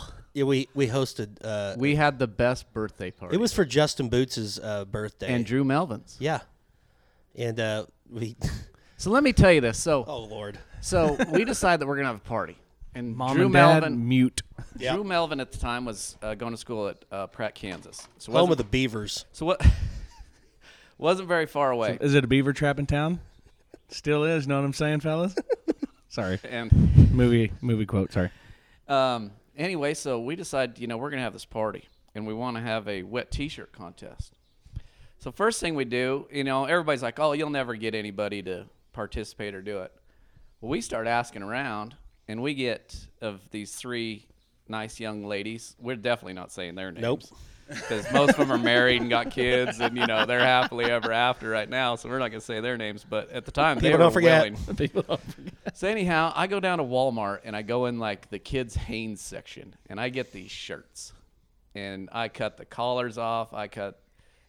we we hosted. Uh, We had the best birthday party. it was for Justin Boots's uh, birthday. and Drew Melvin's. yeah, and uh, we. So let me tell you this. So Oh Lord. so we decide that we're gonna have a party, and mom Drew and dad Melvin. mute Yeah. Drew Melvin at the time was uh, going to school at uh, Pratt, Kansas. So Home wasn't, of the Beavers. so what? wasn't very far away. is it a beaver trap in town still is know what i'm saying fellas sorry and movie movie quote sorry Um, anyway, so we decided, you know, we're going to have this party and we want to have a wet t shirt contest. So, first thing we do, you know, everybody's like, oh, you'll never get anybody to participate or do it. Well, we start asking around and we get of these three nice young ladies. We're definitely not saying their names. Nope. Because most of them are married and got kids, and you know they're happily ever after right now. So we're not going to say their names, but at the time they People were don't forget. willing. So anyhow, I go down to Walmart and I go in like the kids Hanes section and I get these shirts. And I cut the collars off, I cut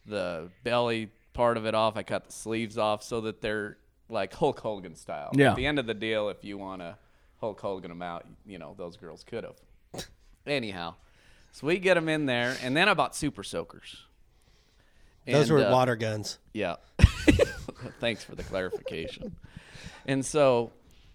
the belly part of it off. I cut the sleeves off so that they're like Hulk Hogan style. Yeah. At the end of the deal, if you want to Hulk Hogan them out, you know, those girls could have. Anyhow, so we get them in there, and then I bought Super Soakers. Those And, were uh, water guns. yeah. Thanks for the clarification. and so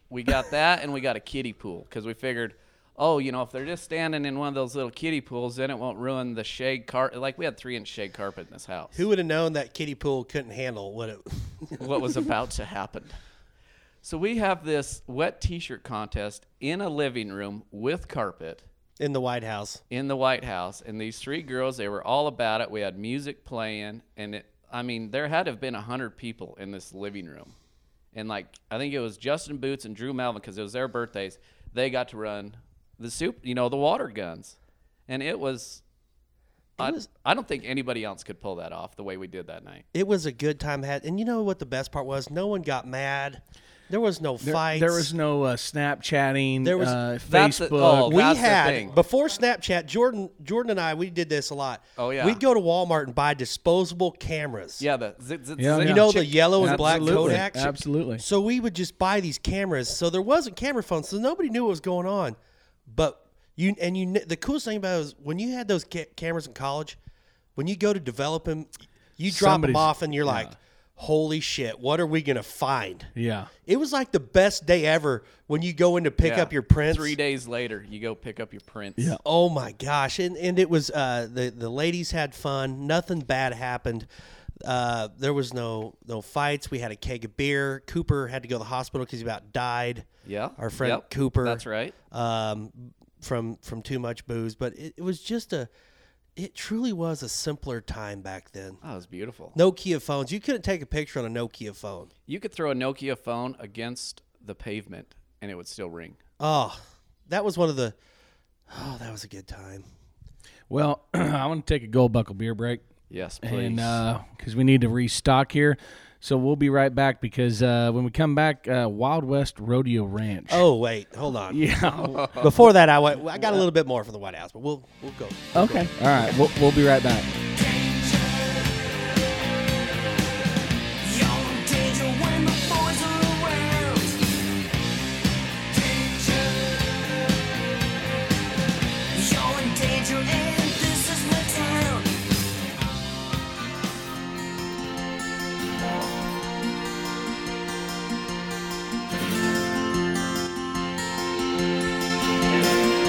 we got that and we got a kiddie pool because we figured, oh, you know, if they're just standing in one of those little kiddie pools, then it won't ruin the shade carpet. Like we had three inch shade carpet in this house. Who would have known that kiddie pool couldn't handle what it? what was about to happen. So we have this wet t shirt contest in a living room with carpet in the White House. in the White House, and these three girls, they were all about it. We had music playing, and it, I mean, there had to have been a hundred people in this living room, and like I think it was Justin Boots and Drew Malvin because it was their birthdays. They got to run the soup, you know, the water guns, and it was. I, I don't think anybody else could pull that off the way we did that night. It was a good time had, and you know what the best part was? No one got mad. There was no fights. There was no uh, Snapchatting. There was- uh, That's Facebook. the- oh, we That's the had thing. before Snapchat. Jordan, Jordan and I, we did this a lot. Oh, yeah. we'd go to Walmart and buy disposable cameras. Yeah, the zit, zit, Yeah, zit. yeah. you know the yellow and black Absolutely. Kodak. Absolutely. So we would just buy these cameras. So there wasn't camera phones, so nobody knew what was going on. But you and you, kn- the coolest thing about it was when you had those ca- cameras in college. When you go to develop them, you drop Somebody's- them off, and you're like, "Holy shit! What are we gonna find?" yeah. It was like the best day ever when you go in to pick Yeah. up your prints. Three days later, you go pick up your prints. Yeah. Oh my gosh! And and it was uh, the the ladies had fun. Nothing bad happened. Uh, there was no no fights. We had a keg of beer. Cooper had to go to the hospital because he about died. Yeah. our friend Yep. Cooper. That's right. Um, from from too much booze, but it, it was just a. It truly was a simpler time back then. That was beautiful. Nokia phones. You couldn't take a picture on a Nokia phone. You could throw a Nokia phone against the pavement and it would still ring. Oh, that was one of the. Oh, that was a good time. Well, I want to take a gold buckle beer break, Yes, please. and because we need to restock here, so we'll be right back. Because uh, when we come back, uh, Wild West Rodeo Ranch. Oh wait, hold on. yeah. Before that, I went. I got a little bit more for the White House, but we'll we'll go. okay. All right. We'll, we'll be right back.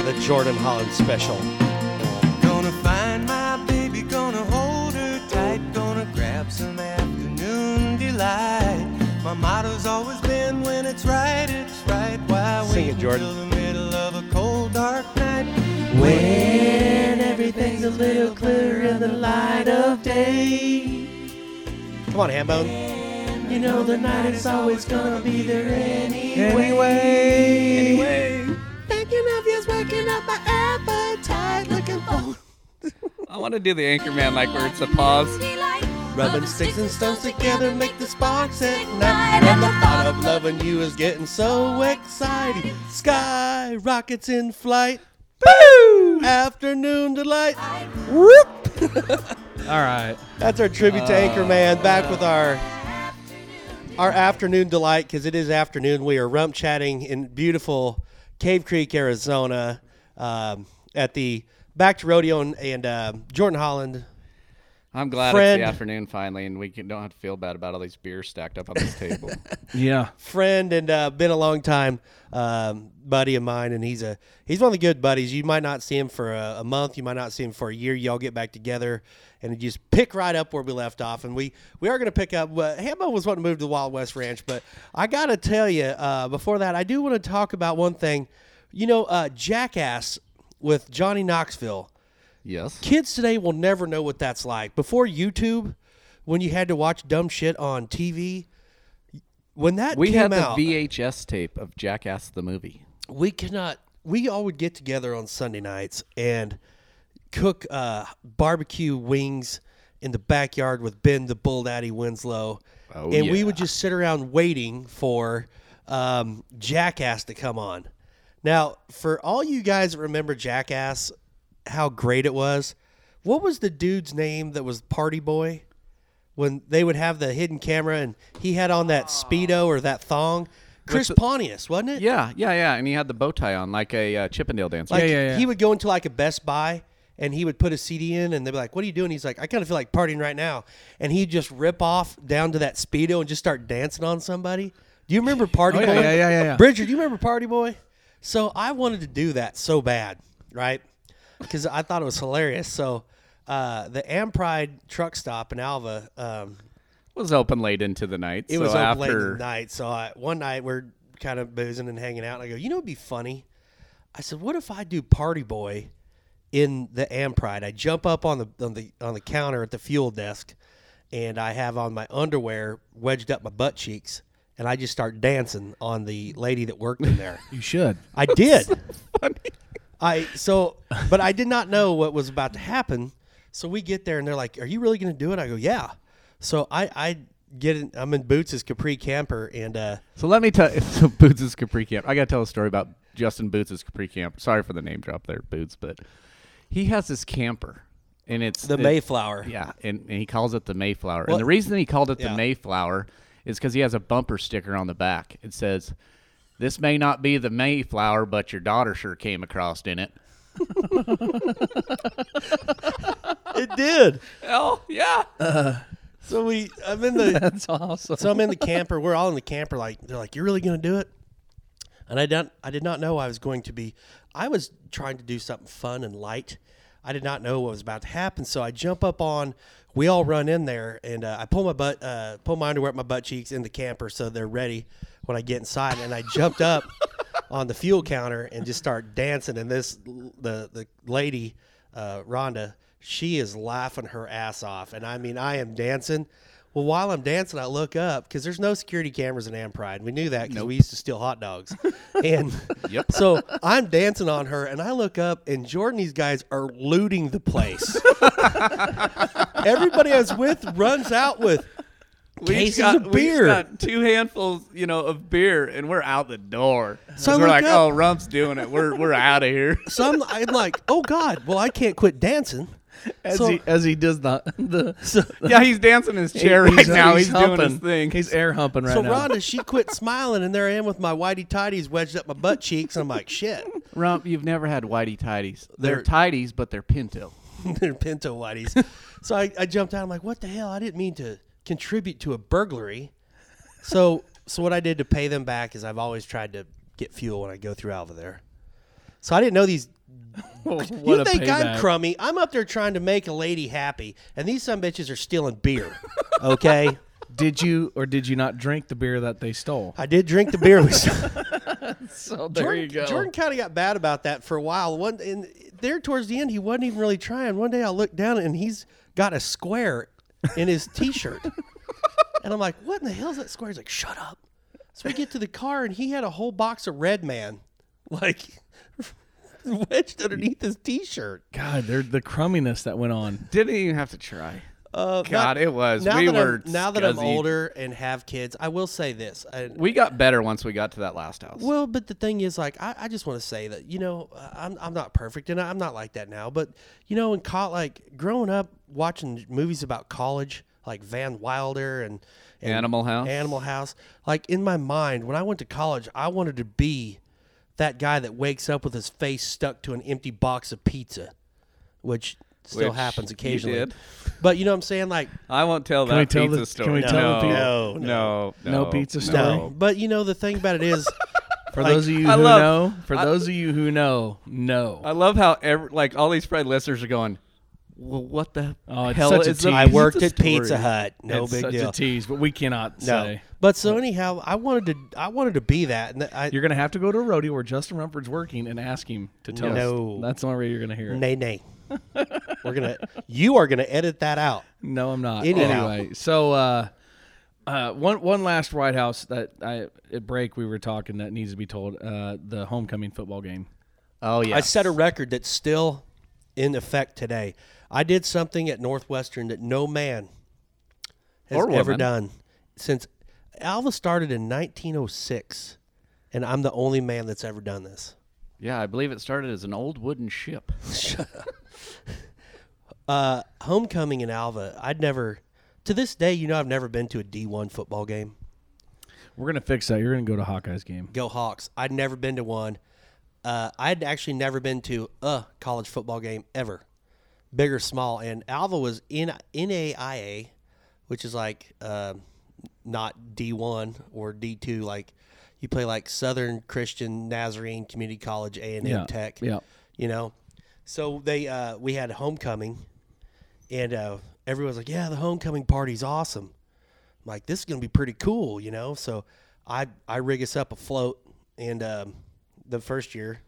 The Jordan Holland special. Gonna find my baby, gonna hold her tight, gonna grab some afternoon delight. My motto's always been when it's right, it's right. Why Sing it, wait Jordan. until the middle of a cold, dark night? When everything's a little clearer in the light of day. Come on, Hambone. You know the night is always gonna be there anyway. Anyway. Thinking of you's waking up my appetite, looking for I want to do the Anchorman like where it's a pause. rubbing sticks and stones together, make the sparks at night. And the thought of loving you is getting so exciting. Sky rockets in flight. Boo! Afternoon delight. Whoop! All right. That's our tribute to Anchorman. Back with our our afternoon delight because it is afternoon. We are rump chatting in beautiful Cave Creek, Arizona, um, at the Back to Rodeo and, and um Jordan Holland. I'm glad Friend. it's the afternoon finally and we can, don't have to feel bad about all these beers stacked up on this table. Yeah. friend and uh, been a long time um, buddy of mine, and he's a he's one of the good buddies. You might not see him for a, a month, you might not see him for a year. Y'all get back together and just pick right up where we left off, and we we are going to pick up. Uh, Hambo was wanting to move to the Wild West Ranch, but I got to tell you uh, before that, I do want to talk about one thing. You know, uh, Jackass with Johnny Knoxville yes. kids today will never know what that's like. Before YouTube, when you had to watch dumb shit on TV, when that We came had the out, VHS tape of Jackass the movie. we cannot. We all would get together on Sunday nights and cook uh, barbecue wings in the backyard with Ben the Bull Daddy Winslow, Oh, and we yeah. would just sit around waiting for um, Jackass to come on. Now, for all you guys that remember Jackass, how great it was. What was the dude's name that was Party Boy? when they would have the hidden camera and he had on that speedo or that thong. Chris Pontius, wasn't it? Yeah, yeah, yeah. And he had the bow tie on like a uh, Chippendale dancer. Like Yeah, yeah, yeah. he would go into like a Best Buy and he would put a CD in and they'd be like, "What are you doing?" He's like, "I kind of feel like partying right now," and he'd just rip off down to that speedo and just start dancing on somebody. Do you remember Party Oh, yeah, Boy? yeah, yeah, yeah, yeah. Bridger, do you remember Party Boy? So I wanted to do that so bad, right? Because I thought it was hilarious. So uh, the Ampride truck stop in Alva, um, was open late into the night. it so was open after late at night. So I, one night we're kind of boozing and hanging out. And I go, you know, it'd be funny. I said, what if I do Party Boy in the Ampride? I jump up on the on the on the counter at the fuel desk, and I have on my underwear wedged up my butt cheeks, and I just start dancing on the lady that worked in there. You should. I did. I so, but I did not know what was about to happen. So we get there and they're like, "Are you really going to do it?" I go, "Yeah." So I I get in, I'm in boots as Capri camper and uh So let me tell so Boots' Capri Camp. I got to tell a story about Justin Boots' Capri Camp. Sorry for the name drop there, Boots, but he has this camper, and it's the it- Mayflower. Yeah, and, and he calls it the Mayflower. Well- and the reason he called it Yeah. the Mayflower is because he has a bumper sticker on the back. It says, "This may not be the Mayflower, but your daughter sure came across in it." It did. Uh, Oh yeah, So we I'm in the That's awesome. So I'm in the camper. We're all in the camper. Like they're like, "You're really gonna do it?" And I don't. I did not know I was going to be. I was trying to do something fun and light. I did not know what was about to happen. So I jump up on. We all run in there, and uh, I pull my butt, uh, pull my underwear up my butt cheeks in the camper, so they're ready when I get inside. And I jumped up on the fuel counter and just start dancing. And this the the lady, uh, Rhonda, she is laughing her ass off, and I mean I am dancing. Well, while I'm dancing, I look up because there's no security cameras in Ampride. We knew that because we used to steal hot dogs. and Yep. so I'm dancing on her, and I look up, and Jordan, these guys are looting the place. Everybody I was with runs out with we cases got of we beer. got two handfuls, you know, of beer, and we're out the door. So I 'Cause we're look like, up- "Oh, Rump's doing it. We're we're out of here." so I'm, I'm like, oh God, well I can't quit dancing. As So- he as he does the the yeah, he's dancing in his chair He's- right now. He's, doing humping. his thing. He's eh, air humping right So now. Rhonda, she quit smiling, and there I am with my whitey tidies wedged up my butt cheeks. I'm like, shit, Rump, you've never had whitey tidies. They're, They're- tidies, but they're pinto. they're pinto whiteys. So I, I jumped out. I'm like, what the hell? I didn't mean to contribute to a burglary. So so what I did to pay them back is I've always tried to get fuel when I go through Alva there. So I didn't know these. what you a think I'm payback. crummy? I'm up there trying to make a lady happy, and these some bitches are stealing beer. Okay, Did you or did you not drink the beer that they stole? I did drink the beer. We So Jordan, Jordan kind of got bad about that for a while. One and there towards the end, he wasn't even really trying. One day I looked down and he's got a square in his t-shirt, and I'm like, "What in the hell is that square?" He's like, "Shut up." So we get to the car and he had a whole box of Red Man, like wedged underneath his t-shirt. God, they're the crumminess that went on. Didn't even have to try. Uh, God, it was. Now We that were I'm, now that I'm scuzzy. older and have kids, I will say this. and- We got better once we got to that last house. Well, but the thing is, like, I, I just want to say that you know uh, I'm I'm not perfect, and I'm not like that now. But you know, in caught like growing up watching movies about college, like Van Wilder and, and Animal House. Animal House. Like in my mind, when I went to college, I wanted to be that guy that wakes up with his face stuck to an empty box of pizza, which still Which happens you occasionally. did. But you know what I'm saying, like. I won't tell we that tell pizza the- story. can we tell the no, pizza- No, no, no. No pizza story? No, but you know the thing about it is, For those of you I who love- know, for those of you who know, no. I love how every, like all these Fred listeners are going. Well, what the Oh, it's hell such a is the tease. I worked at story?" Pizza Hut. No it's big such deal. a tease, but we cannot No. say. But so anyhow, I wanted to I wanted to be that, and I You're gonna have to go to a rodeo where Justin Rumford's working and ask him to tell No. us. That's the only way you're gonna hear it. nay nay. We're gonna you are gonna edit that out. No, I'm not. Anyhow. Anyway, so uh, uh, one one last White House that I at break we were talking that needs to be told. Uh, the homecoming football game. Oh yeah, I set a record that's still in effect today. I did something at Northwestern that no man has Or ever woman. done since Alva started in 1906, and I'm the only man that's ever done this. yeah. I believe it started as an old wooden ship. uh, homecoming in Alva, I'd never. To this day, you know, I've never been to a D1 football game. We're gonna fix that. You're gonna go to Hawkeyes game. Go Hawks. I'd never been to one. Uh, I'd actually never been to a college football game ever, big or small. And Alva was in NAIA, which is like uh, not D1 or D2. Like you play like Southern Christian Nazarene Community College, A&M Yeah, Tech. yeah. You know, so they uh, we had homecoming, and uh, everyone's like, "Yeah, the homecoming party's awesome." I'm like, "This is gonna be pretty cool," you know. So I I rig us up a float, and um, the first year,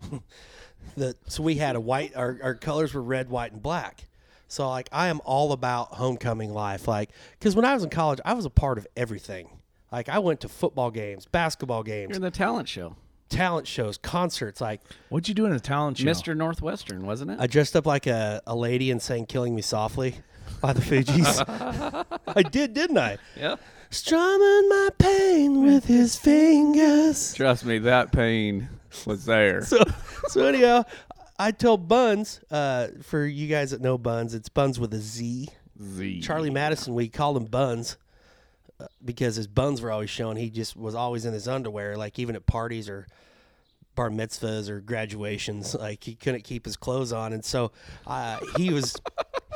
the so we had a white. Our our colors were red, white, and black. So like I am all about homecoming life, like because when I was in college, I was a part of everything. Like I went to football games, basketball You're games, in the talent show. talent shows, concerts. Like What'd you do in the talent show? Mr. Northwestern, wasn't it? I dressed up like a, a lady and sang Killing Me Softly by the Fugees. I did, didn't I? yeah. Strumming my pain with his fingers. Trust me, that pain was there. So, so anyhow, I tell Buns, uh, for you guys that know Buns, it's Buns with a Z. Z. Charlie Madison, we called him Buns uh, because his buns were always shown. He just was always in his underwear, like even at parties or bar mitzvahs or graduations. Like he couldn't keep his clothes on, and so uh, he was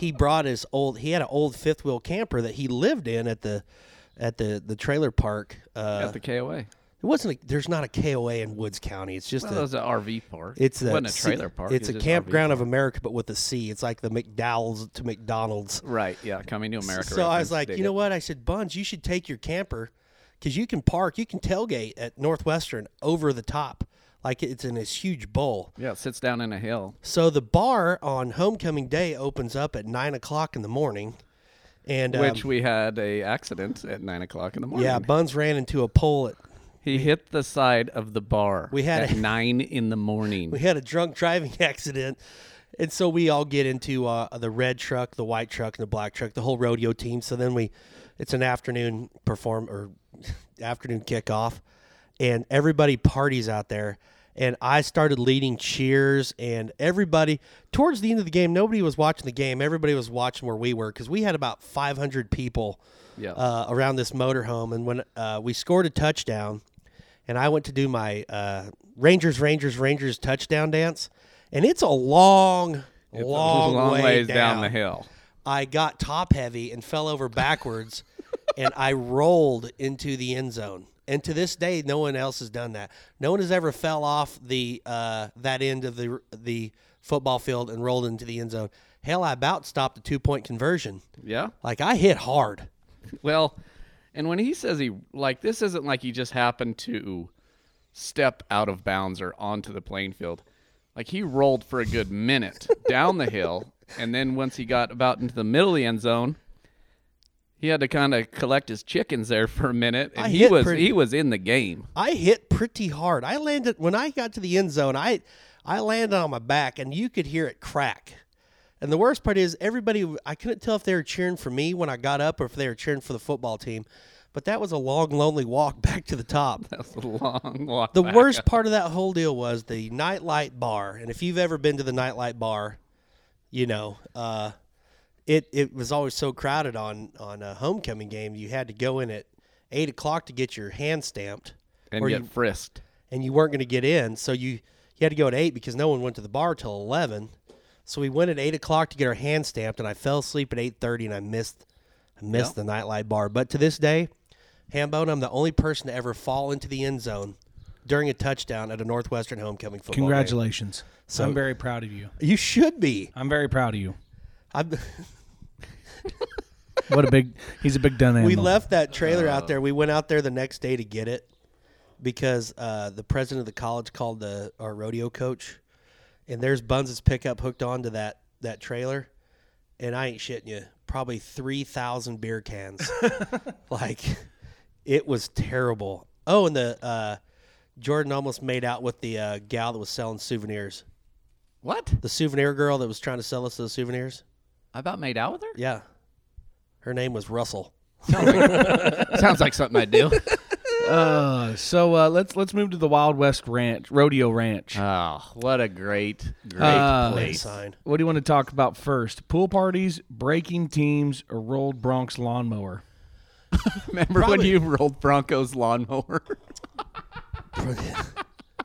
he brought his old he had an old fifth wheel camper that he lived in at the at the the trailer park. Uh, at the KOA. it wasn't a, there's not a KOA in Woods County. It's just Well, a that was an RV park. it's a, wasn't a C- trailer park. It's it a was just an RV campground of America, but with a C. It's like the McDowell's to McDonald's. park. Right. Yeah. Coming to America. So I was reference, like, dig you know it. what? I said, Buns, you should take your camper because you can park, you can tailgate at Northwestern over the top. Like it's in this huge bowl. Yeah. It sits down in a hill. So the bar on homecoming day opens up at nine o'clock in the morning. And um, Which we had a accident at nine o'clock in the morning. yeah, Buns ran into a pole. At, he hit the side of the bar. We had at a- nine in the morning. we had a drunk driving accident. And so we all get into uh, the red truck, the white truck, and the black truck, the whole rodeo team. So then we, it's an afternoon perform or afternoon kickoff, and everybody parties out there. And I started leading cheers, and everybody towards the end of the game, nobody was watching the game. Everybody was watching where we were because we had about 500 people Yeah. uh, around this motorhome. And when uh, we scored a touchdown, and I went to do my uh, Rangers, Rangers, Rangers touchdown dance, and it's a long, long, long way ways down. down the hill. I got top heavy and fell over backwards, and I rolled into the end zone. And to this day, no one else has done that. No one has ever fell off the uh, that end of the the football field and rolled into the end zone. Hell, I about stopped a two point conversion. Yeah. Like I hit hard. Well, and when he says he like this isn't like he just happened to step out of bounds or onto the playing field. Like he rolled for a good minute down the hill, and then once he got about into the middle of the end zone, he had to kind of collect his chickens there for a minute, and I he hit was pretty- he was in the game. I hit pretty hard. I landed when I got to the end zone. I I landed on my back, and you could hear it crack. And the worst part is, everybody I couldn't tell if they were cheering for me when I got up or if they were cheering for the football team. But that was a long, lonely walk back to the top. That was a long walk. The back. worst part of that whole deal was the nightlight bar. And if you've ever been to the nightlight bar, you know, uh, it it was always so crowded on on a homecoming game. You had to go in at eight o'clock to get your hand stamped, and or get you, frisked. and you weren't going to get in. So you, you had to go at eight because no one went to the bar till eleven. So we went at eight o'clock to get our hand stamped, and I fell asleep at eight thirty, and I missed, I missed the nightlight bar. But to this day, Hambone, I'm the only person to ever fall into the end zone during a touchdown at a Northwestern homecoming football. game. Congratulations. I'm very proud of you. You should be. I'm very proud of you. I'm, What a big. he's a big done animal. we left that trailer out there. We went out there the next day to get it because uh, the president of the college called the our rodeo coach, and there's Buns' pickup hooked onto that that trailer, and I ain't shitting you, probably three thousand beer cans, like it was terrible. Oh, and the uh, Jordan almost made out with the uh, gal that was selling souvenirs, What? the souvenir girl that was trying to sell us those souvenirs. I about made out with her. Yeah, her name was Russell. Sounds like something I do. Uh, so uh, let's let's move to the Wild West Ranch, Rodeo Uh, Ranch. Oh, what a great, great place. sign. what do you want to talk about first? Pool parties, breaking teams, or rolled Bronx lawnmower? Remember when Probably- you rolled Bronco's lawnmower?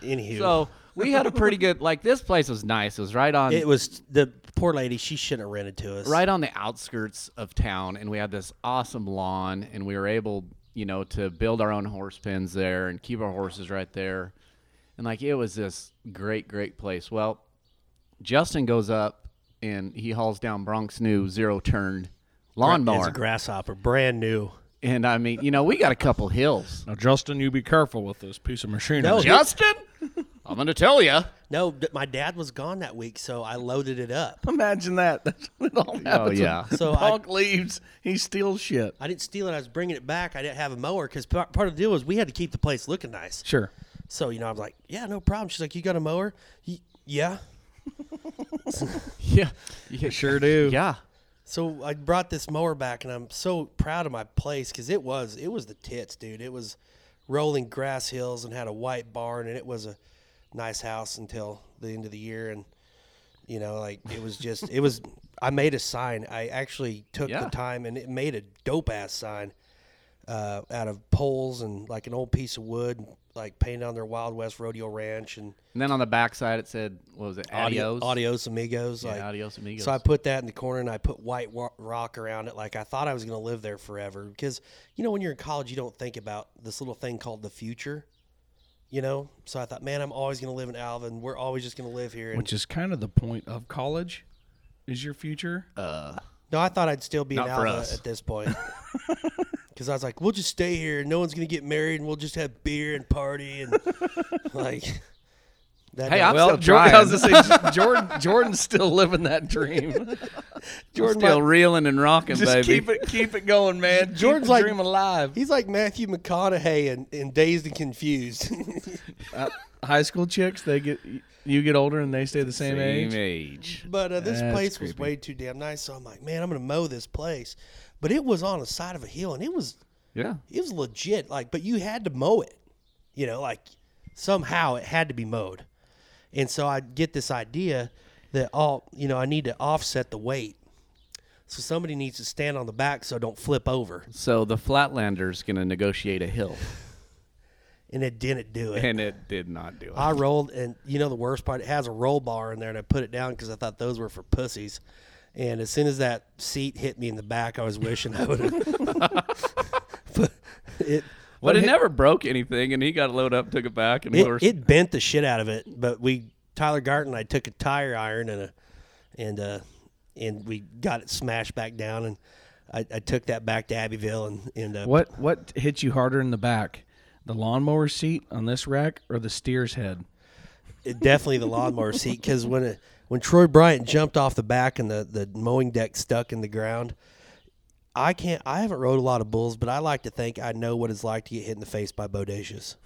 Anywho, so um, we had a pretty good. Like this place was nice. It was right on. it was the poor lady. She shouldn't have rented to us. right on the outskirts of town and we had this awesome lawn and we were able you know to build our own horse pens there and keep our horses right there and like it was this great great place well justin goes up and he hauls down bronx new zero turn It's lawnmower a grasshopper, brand new. and i mean you know we got a couple hills Now, Justin, you be careful with this piece of machinery. No, he- justin i'm gonna tell you no, d- my dad was gone that week, so I loaded it up. Imagine that. That's what all happens. oh when yeah So I, Punk leaves. He steals shit. I didn't steal it. I was bringing it back. I didn't have a mower because part of the deal was we had to keep the place looking nice. Sure. So you know, I'm like, yeah, no problem. She's like, you got a mower? Y- yeah. yeah yeah Sure do. yeah So I brought this mower back, and I'm so proud of my place because it was it was the tits, dude. It was rolling grass hills and had a white barn, and it was a nice house until the end of the year. And you know, like it was just it was. I made a sign. I actually took Yeah. the time and it made a dope ass sign uh, out of poles and like an old piece of wood, like painted on their Wild West Rodeo Ranch and and then on the backside it said what was it adios Adios amigos. like, adios amigos. So I put that in the corner and I put white wa- rock around it. Like I thought I was going to live there forever because, you know, when you're in college, you don't think about this little thing called the future, you know? So I thought, man, I'm always going to live in Alvin. We're always just going to live here. And, Which is kind of the point of college, is your future. no, I thought I'd still be in Not for Alvin us. at this point. Because I was like, we'll just stay here. No one's going to get married and we'll just have beer and party and like. That Hey, don't- I'm well, still Jordan, I trying. was gonna say, Jordan, Jordan's still living that dream. Jordan still might- reeling and rocking, Just baby. keep it, keep it going, man. Jordan's keep the like- dream alive. He's like Matthew McConaughey and, and dazed and confused. Uh, high school chicks, they get you get older and they stay the same, age. age. But uh, this That's place was creepy. way too damn nice, so I'm like, man, I'm gonna mow this place. But it was on the side of a hill, and it was Yeah. it was legit. Like, but you had to mow it, you know, like somehow it had to be mowed. And so I get this idea that all you know, I need to offset the weight, so somebody needs to stand on the back so I don't flip over. So the Flatlander's gonna negotiate a hill, And it didn't do it. and it did not do it. I rolled, and you know the worst part, it has a roll bar in there, and I put it down because I thought those were for pussies. And as soon as that seat hit me in the back, I was wishing I would have. but it, but it never broke anything, and he got loaded up, took it back, and it, horse- it bent the shit out of it. But we, Tyler Garten, and I took a tire iron and a, and uh, and we got it smashed back down, and I, I took that back to Abbeville and and uh, What what hit you harder in the back, the lawnmower seat on this rack or the steer's head? It- definitely the lawnmower seat because when it, when Troy Bryant jumped off the back and the, the mowing deck stuck in the ground, I can't. I haven't rode a lot of bulls, but I like to think I know what it's like to get hit in the face by bodacious.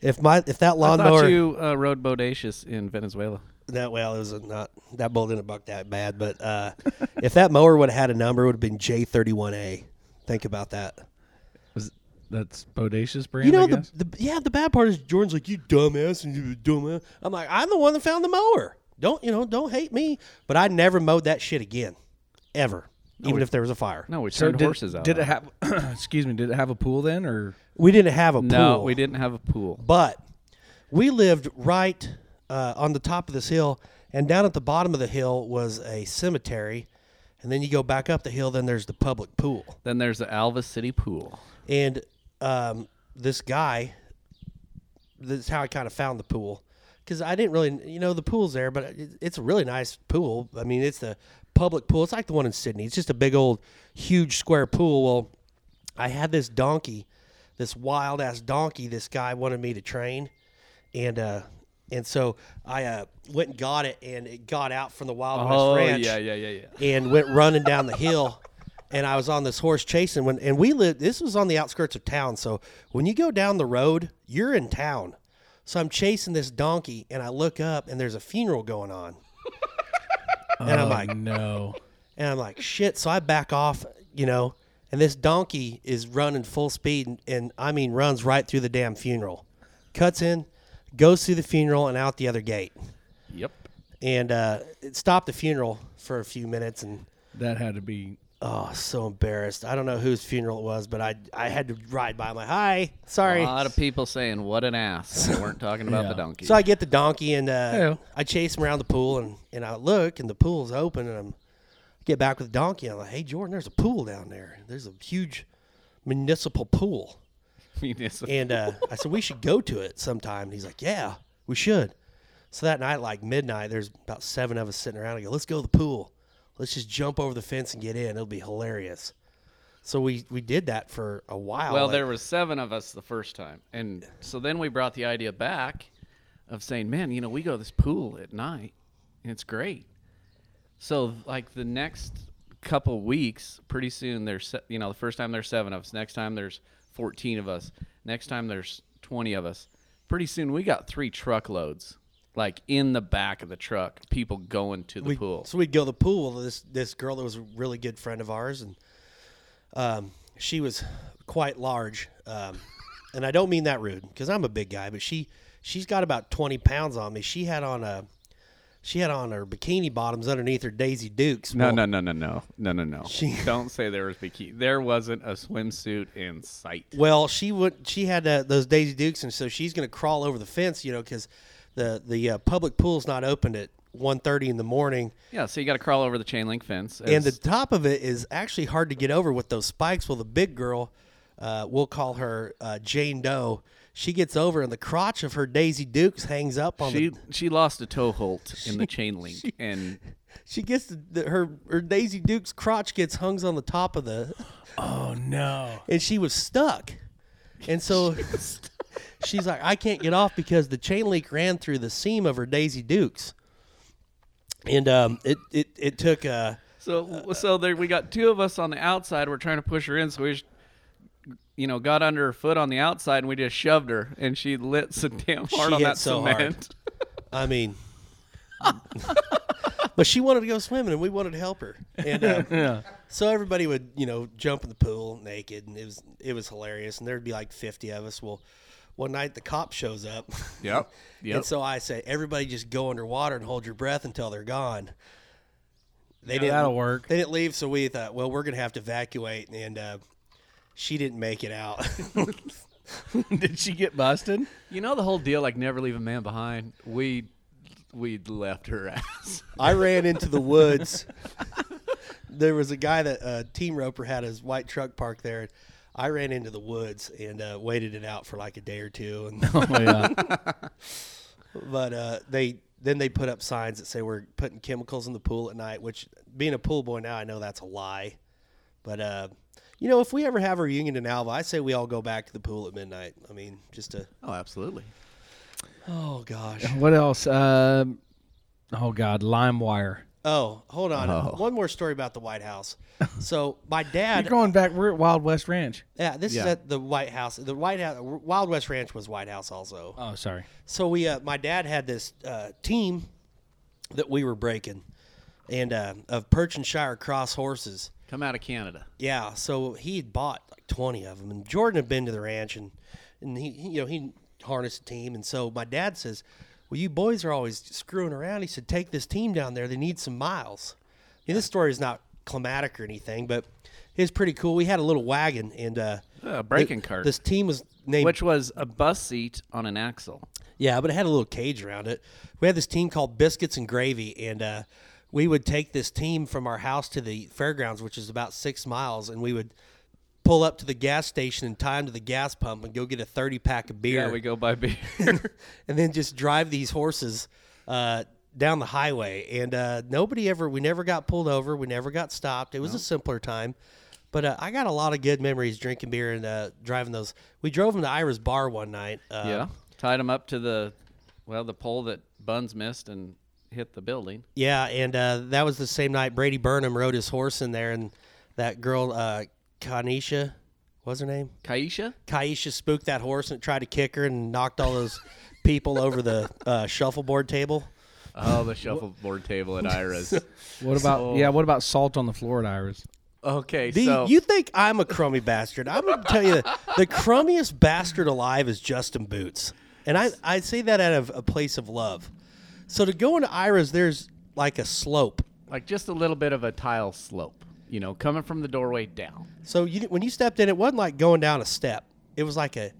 if my if that I thought lawnmower you uh, rode Bodacious in Venezuela. that well it was not that bull didn't buck that bad, but uh, if that mower would have had a number, it would have been J thirty one A. Think about that. Was that's bodacious brand? You know I the, guess? the yeah the bad part is Jordan's like you dumbass and you dumbass. I'm like I'm the one that found the mower. Don't you know? Don't hate me. But I never mowed that shit again, ever. even if there was a fire, No, we So turned did, horses out. Did it on have? excuse me. Did it have a pool then, or we didn't have a pool. No, we didn't have a pool. But we lived right uh, on the top of this hill, and down at the bottom of the hill was a cemetery, and then you go back up the hill. Then there's the public pool. Then there's the Alva City Pool. And um, this guy, this is how I kind of found the pool because I didn't really, you know, the pool's there, but it, it's a really nice pool. I mean, it's the public pool. It's like the one in Sydney. It's just a big old, huge square pool. Well, I had this donkey, this wild ass donkey. This guy wanted me to train, and uh, and so I uh, went and got it, and it got out from the Wild West Ranch Oh, yeah, yeah, yeah, yeah. and went running down the hill. And I was on this horse chasing when, and we lived. This was on the outskirts of town, so when you go down the road, you're in town. So I'm chasing this donkey, and I look up, and there's a funeral going on. and I'm like, no? and I'm like, shit. So I back off, you know, and and this donkey is running full speed, and, and I mean runs right through the damn funeral, cuts in, goes through the funeral, and out the other gate, Yep. and uh, it stopped the funeral for a few minutes, and That had to be. oh, so embarrassed. I don't know whose funeral it was, but I I had to ride by. I'm like, hi, sorry. A A lot of people saying, "What an ass!" They weren't talking about Yeah. the donkey. So I get the donkey and uh, Heyo. I chase him around the pool and, and I look and the pool's open and I'm get back with the donkey and I'm like, hey Jordan, there's a pool down there. There's a huge municipal pool. Municipal. And uh, I said we should go to it sometime. And he's like, yeah, we should. So that night, like midnight, there's about seven of us sitting around. I go, let's go to the pool. Let's just jump over the fence and get in. It'll be hilarious. So we we did that for a while. Well, Like, there was seven of us the first time, and so then we brought the idea back of saying, "Man, you know, we go to this pool at night, and it's great." So, like the next couple weeks, pretty soon there's se- you know the first time there's seven of us, next time there's fourteen of us, next time there's twenty of us. Pretty soon we got three truckloads, like in the back of the truck, people going to the we- pool. So we'd go to the pool. This this girl that was a really good friend of ours, and um, she was quite large. Um, and I don't mean that rude because I'm a big guy, but she she's got about 20 pounds on me. She had on a she had on her bikini bottoms underneath her Daisy Dukes. no, Well, no, no, no, no, no, no, no. She- Don't say there was bikini. There wasn't a swimsuit in sight. Well, she would. She had uh, those Daisy Dukes, and so she's going to crawl over the fence, you know, because the the uh, public pool's not opened at 1.30 in the morning. yeah, so you got to crawl over the chain link fence. and the as- top of it is actually hard to get over with those spikes. Well, the big girl, uh, we'll call her uh, Jane Doe. She gets over, and the crotch of her Daisy Dukes hangs up on she the. she lost a toe holt in the chain link, and She gets the, the, her her Daisy Dukes crotch gets hung on the top of the, Oh no! and she was stuck, and so she's like, I can't get off because the chain link ran through the seam of her Daisy Dukes, and um, it it it took uh, So so there we got two of us on the outside. We're trying to push her in, so we just you know got under her foot on the outside and we just shoved her, and she lit so damn hard She on hit that so hard. cement. I mean, but she wanted to go swimming, and we wanted to help her. And uh, so everybody would, you know, jump in the pool naked, and it was it was hilarious. And there'd be like fifty of us. Well, one night the cop shows up. Yep. Yep. And so I say, everybody just go underwater and hold your breath until they're gone. They didn't. that'll work. They didn't leave, so we thought, well, we're gonna have to evacuate. And uh, she didn't make it out. Did she get busted? You know the whole deal, like never leave a man behind. We we left her ass. I ran into the woods. there was a guy that uh, team roper had his white truck parked there. I ran into the woods and uh, waited it out for like a day or two, and, Oh yeah. but uh, they then they put up signs that say we're putting chemicals in the pool at night. Which, being a pool boy now, I know that's a lie. But uh, you know, if we ever have a reunion in Alva, I say we all go back to the pool at midnight. I mean, just to Oh, absolutely. oh gosh. what else? Um, oh God, LimeWire. Oh, hold on. One more story about the White House. So my You're dad. going back. We're at Wild West Ranch. Yeah, this is Yeah. at the White House. The White House, Wild West Ranch was White House also. Oh, sorry. So we, uh, my dad had this uh, team that we were breaking, and uh, of Perch and Shire cross horses. Come out of Canada. Yeah, so he had bought like twenty of them, and Jordan had been to the ranch, and and he, he you know he harnessed a team, and so my dad says, "Well, you boys are always screwing around." He said, "Take this team down there; they need some miles." Now, this story is not climatic or anything, but it's pretty cool. We had a little wagon and uh, A braking cart. This team was named Which was a bus seat on an axle. yeah, but it had a little cage around it. We had this team called Biscuits and Gravy, and uh, we would take this team from our house to the fairgrounds, which is about six miles, and we would pull up to the gas station in time to the gas pump and go get a 30 pack of beer Yeah, we go by beer. and then just drive these horses uh, down the highway. And uh, nobody ever, we never got pulled over. We never got stopped. It was a simpler time. But uh, I got a lot of good memories drinking beer and uh, driving those. We drove them to Ira's bar one night. Uh, yeah. Tied him up to the well, the pole that Buns missed and hit the building. Yeah, and uh, that was the same night Brady Burnham rode his horse in there, and that girl, uh, Kanisha, what's her name? Kaisha? Kaisha spooked that horse and tried to kick her and knocked all those people over the uh, shuffleboard table. Oh, the shuffleboard table at Ira's. What about yeah? What about salt on the floor at Iris? Okay, The, so you think I'm a crummy bastard? I'm going to tell you, that the crummiest bastard alive is Justin Boots, and I I say that out of a place of love. So to go into Ira's, there's like a slope. like just a little bit of a tile slope, you know, coming from the doorway down. So you when you stepped in, it wasn't like going down a step. It was like a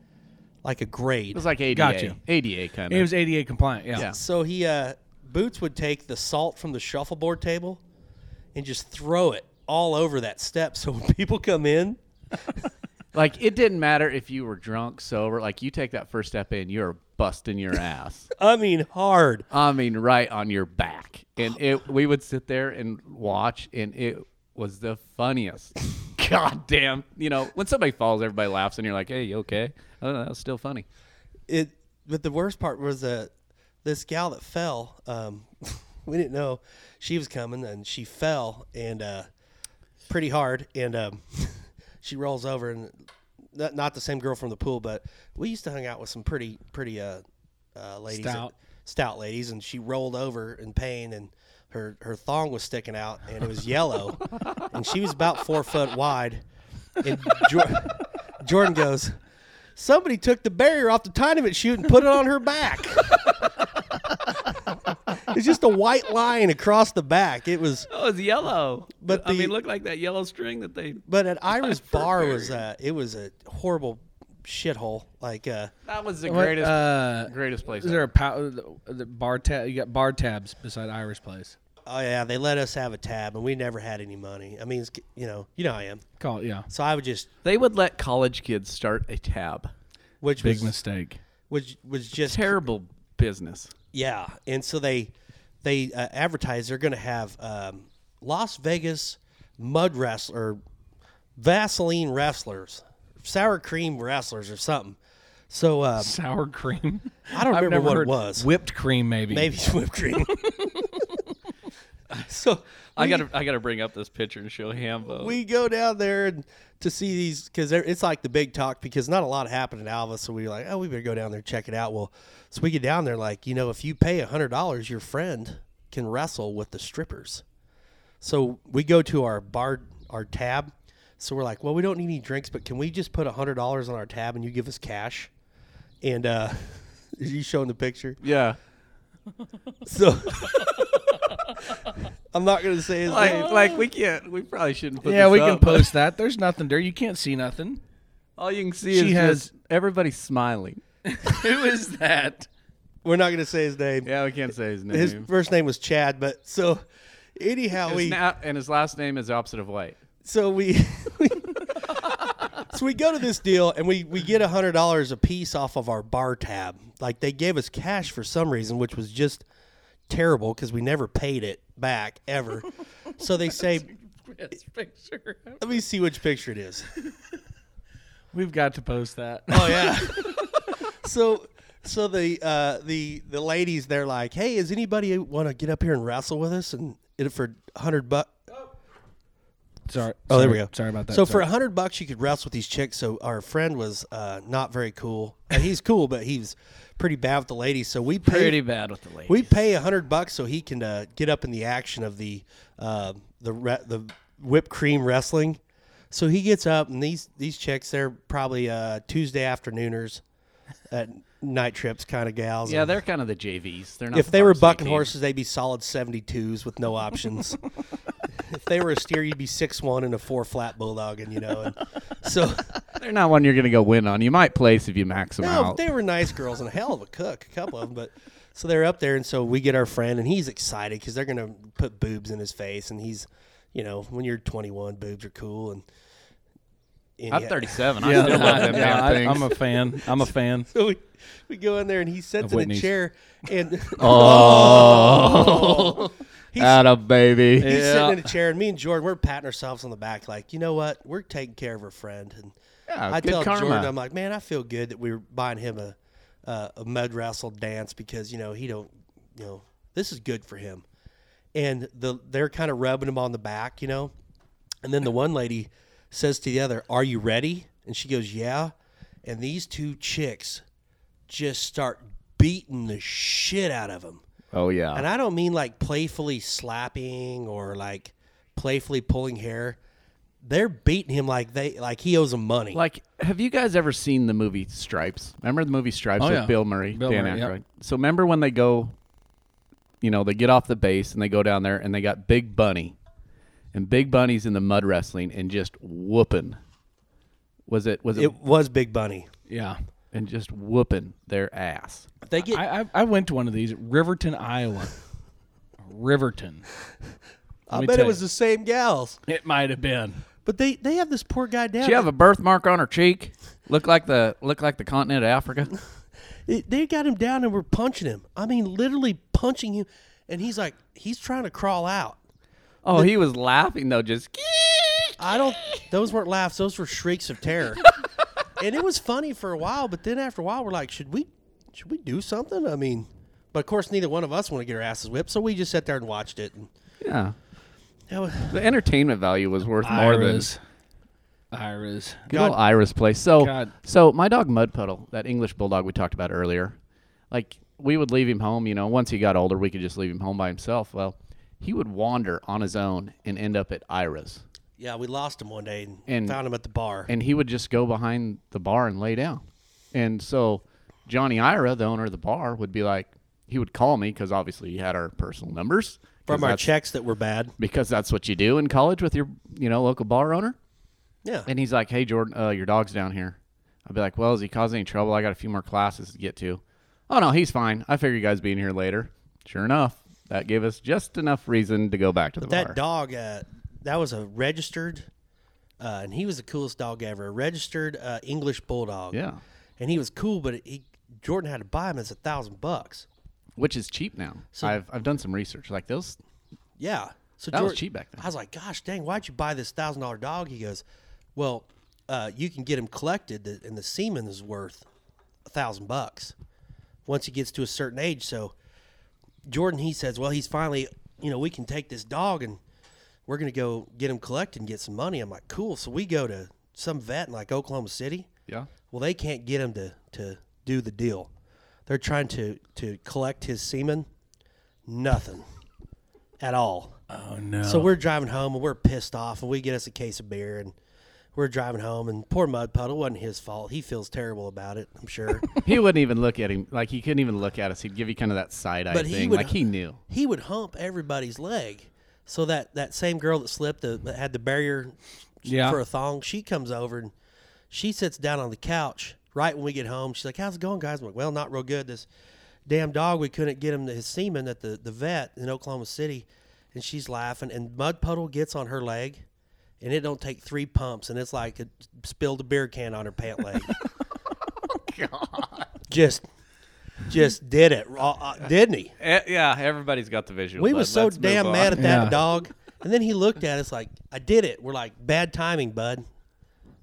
like a grade. It was like ADA, Gotcha. ADA kind It of. was ADA compliant. Yeah. Yeah. So he uh, Boots would take the salt from the shuffleboard table and just throw it all over that step. So when people come in, like it didn't matter if you were drunk, sober. Like you take that first step in, you're busting your ass. I mean hard. I mean, right on your back. And it, we would sit there and watch, and it was the funniest. God damn. You know, when somebody falls, everybody laughs, and you're like, hey, you okay? I don't know, that was still funny. It. But the worst part was uh, this gal that fell. Um, we didn't know she was coming, and she fell and uh, pretty hard, and um, she rolls over and. Not, not the same girl from the pool, but we used to hang out with some pretty pretty uh, uh, ladies. that- Stout. stout ladies, and she rolled over in pain, and her her thong was sticking out, and it was yellow, and she was about four foot wide, and Jor- Jordan goes, "Somebody took the barrier off the tournament chute and put it on her back." it's just a white line across the back. It was, Oh, it's yellow. But I the- mean, look like that yellow string that they. but at Ira's bar was uh, it was a horrible shithole. Like uh, That was the What, greatest uh, greatest place. is there a pow- the, the bar tab? You got bar tabs beside Irish place. oh yeah, they let us have a tab, and we never had any money. I mean, it's, you know, you know, how I am. Call it, yeah. So I would just They would let college kids start a tab. which Big was mistake. which was just Terrible business. yeah. And so they they uh, advertise they're going to have um, Las Vegas mud wrestler, Vaseline wrestlers, sour cream wrestlers, or something. So um, Sour cream. I don't I've remember never what it heard- was. Whipped cream, maybe. Maybe it's whipped cream. so I gotta, I gotta bring up this picture and show Hambo. we go down there and to see these because it's like the big talk because not a lot happened in Alva, so we were like, oh, we better go down there and check it out. Well, so we get down there like, you know, if you pay a hundred dollars, your friend can wrestle with the strippers. So we go to our bar, our tab. So we're like, well, we don't need any drinks, but can we just put a hundred dollars on our tab and you give us cash? And uh, are you showing the picture? yeah. So I'm not gonna say his name. Like, like we can't. We probably shouldn't put. yeah, this we up, can but post that. There's nothing there. You can't see nothing. All you can see She is has- just everybody smiling. Who is that? We're not gonna say his name. yeah, we can't say his name. His first name was Chad, but so anyhow, His we na- and his last name is the opposite of white. so we, we so we go to this deal and we we get a hundred dollars a piece off of our bar tab. Like they gave us cash for some reason, which was just terrible because we never paid it back ever. so they say, picture. let me see which picture it is. We've got to post that. Oh yeah. so so the uh, the the ladies they're like, hey, is anybody want to get up here and wrestle with us and it for hundred bucks? sorry. Oh, there Sorry. we go. Sorry about that. So for Sorry. a hundred bucks, you could wrestle with these chicks. So our friend was uh, not very cool, and he's cool, but he's pretty bad with the ladies. So we pay, Pretty bad with the lady. we pay a hundred bucks so he can uh, get up in the action of the uh, the re- the whipped cream wrestling. So he gets up, and these these chicks they're probably uh, Tuesday afternooners, at night trips kind of gals. Yeah, And they're kind of the JVs. They're not. if the they were varsity bucking team. horses, they'd be solid seventy twos with no options. if they were a steer, you'd be six one and a four flat bulldog, and you know. And so they're not one you're going to go win on. You might place if you max them no, out. they were nice girls and a hell of a cook, a couple of them. But so they're up there, and so we get our friend, and he's excited because they're gonna put boobs in his face, and he's, you know, when you're 21, boobs are cool, and, and I'm yeah. 37. I yeah, still love them yeah, damn I, things. am a fan. I'm a fan. So we, we go in there, and he sits in a Whitney's. chair, and Atta baby. He's sitting in a chair, and me and Jordan, we're patting ourselves on the back, like, you know what? We're taking care of our friend. And Yeah, I good tell karma. Jordan, I'm like, man, I feel good that we were buying him a uh, a mud wrestle dance because you know he don't, you know, this is good for him. And the they're kind of rubbing him on the back, you know. And then the one lady says to the other, "Are you ready?" And she goes, "Yeah." And these two chicks just start beating the shit out of him. Oh yeah. And I don't mean like playfully slapping or like playfully pulling hair. They're beating him like they like he owes them money. Like, have you guys ever seen the movie Stripes? Remember the movie Stripes Oh, with yeah. Bill Murray, Bill Dan Murray, yep. Aykroyd? So remember when they go, you know, they get off the base and they go down there and they got Big Bunny, and Big Bunny's in the mud wrestling and just whooping. Was it? Was it? it was Big Bunny. Yeah. and just whooping their ass. They get I, I, I went to one of these, Riverton, Iowa. Riverton. I Let me bet tell it was you. the same gals. It might have been. But they they have this poor guy down. She have a birthmark on her cheek. Look like the look like the continent of Africa. It- they got him down and were punching him. I mean, literally punching him, and he's like he's trying to crawl out. Oh, he was laughing though, just I don't. Those weren't laughs. Those were shrieks of terror. and it was funny for a while, but then after a while, we're like, should we, should we do something? I mean, but of course, neither one of us want to get our asses whipped, so we just sat there and watched it. And yeah. that was, The entertainment value was worth more than Iris. Iris. Good old Iris place. So, God. so my dog Mud Puddle, that English bulldog we talked about earlier, like we would leave him home. You know, once he got older, we could just leave him home by himself. Well, he would wander on his own and end up at Ira's, yeah, we lost him one day and, And- found him at the bar. and he would just go behind the bar and lay down. And so, Johnny Ira, the owner of the bar, would be like, he would call me because obviously he had our personal numbers 'cause from our that's- checks that were bad. because that's what you do in college with your you know local bar owner. Yeah, And he's like, "Hey, Jordan, uh, your dog's down here." I'd be like, "Well, is he causing any trouble? I got a few more classes to get to." Oh no, he's fine. I figure you guys being here later. Sure enough, that gave us just enough reason to go back to the bar. that dog. Uh, that was a registered, uh, and he was the coolest dog ever. A registered uh, English bulldog. Yeah. and he was cool, but he Jordan had to buy him as a thousand bucks. which is cheap now. I've I've done some research. Like those, Yeah. So That was George- cheap back then. I was like, gosh, dang, why'd you buy this thousand dollar dog? He goes, well, uh, you can get him collected, th- and the semen is worth a thousand bucks once he gets to a certain age. So Jordan, he says, well, he's finally, you know, we can take this dog and we're gonna go get him collected and get some money. I'm like, cool. So we go to some vet in like Oklahoma City. yeah. Well, they can't get him to, to do the deal. They're trying to, to collect his semen. Nothing at all. Oh, no. So we're driving home and we're pissed off and we get us a case of beer and we're driving home and poor Mud Puddle wasn't his fault. He feels terrible about it, I'm sure. He wouldn't even look at him. Like he couldn't even look at us. He'd give you kind of that side eye But thing. he would- like he knew. he would hump everybody's leg. So that, that same girl that slipped the, that had the barrier Yeah. for a thong, she comes over and she sits down on the couch right when we get home. She's like, "How's it going, guys?" I'm like, "Well, not real good. This damn dog, we couldn't get him to his semen at the the vet in Oklahoma City." And she's laughing, and mud puddle gets on her leg, and it don't take three pumps, and it's like it spilled a beer can on her pant leg. Just, just did it, raw- uh, didn't he? Eh, yeah, everybody's got the visual. We Let- were so let's move damn on. mad at that Yeah. dog. And then he looked at us like, I did it. We're like, bad timing, bud.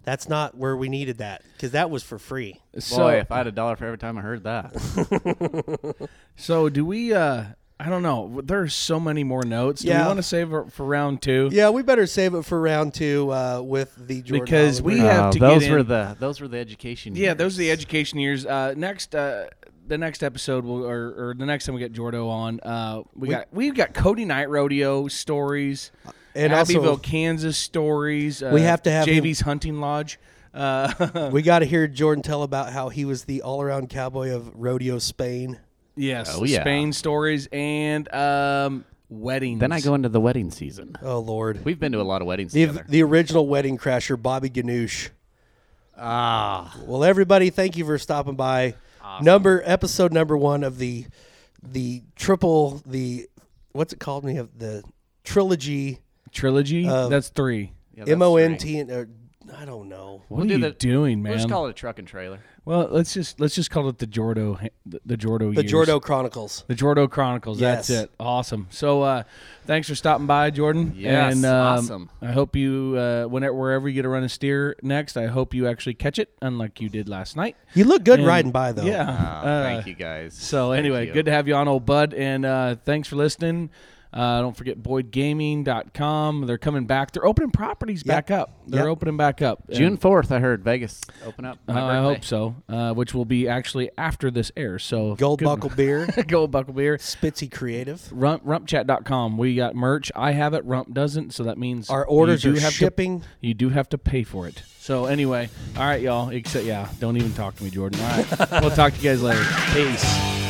That's not where we needed that because that was for free. so, Boy, if I had a dollar for every time I heard that, so do we, uh, I don't know. There's so many more notes. Do we Yeah. want to save it for round two? Yeah, we better save it for round two uh, with the Jordan Because we Oliver. have Uh, to get those were in- the those were the education. Yeah, those are the years. education years. Uh, next, uh, the next episode will, or, or the next time we get Jordo on, uh, we, got we've got Cody Night Rodeo stories, And also- Abbeville, Kansas stories. Uh, We have to have him- JV's Hunting Lodge. Uh, we got to hear Jordan tell about how he was the all-around cowboy of rodeo Spain. yes, Oh, yeah. Spain stories and um, weddings. Then I go into the wedding season. Oh Lord, We've been to a lot of weddings the together. the original wedding crasher, Bobby Ganoush. Ah, Well, everybody, thank you for stopping by. Number episode number one of the the triple the what's it called? We have the trilogy trilogy. Uh, That's three. Yeah, that's M O N T and or, I don't know. What are you doing, man? We'll just call it a truck and trailer. well, let's just let's just call it the Jordo the, the Jordo The years. Jordo Chronicles. The Jordo Chronicles. Yes. That's it. Awesome. So, uh, thanks for stopping by, Jordan. Yes, And, um, awesome. I hope you, uh, whenever wherever you get to run a steer next, I hope you actually catch it, unlike you did last night. You look good And- riding by though. Yeah. Ah, Uh, thank you guys. So Thank anyway, you. good to have you on, old bud, and uh, thanks for listening. Uh, don't forget BoydGaming.com. They're coming back. They're opening properties back up. They're Yep. opening back up. And, June fourth, I heard Vegas open up. uh, My I birthday. hope so. Uh, which will be actually after this airs. So Gold good- Buckle Beer, Gold Buckle beer. Spitzy Creative. Rump, rumpchat.com. We got merch. I have it. Rump doesn't. So that means Our orders you are do have to- shipping. you do have to pay for it. So anyway, all right, y'all. Except yeah, don't even talk to me, Jordan. All right, we'll talk to you guys later. Peace.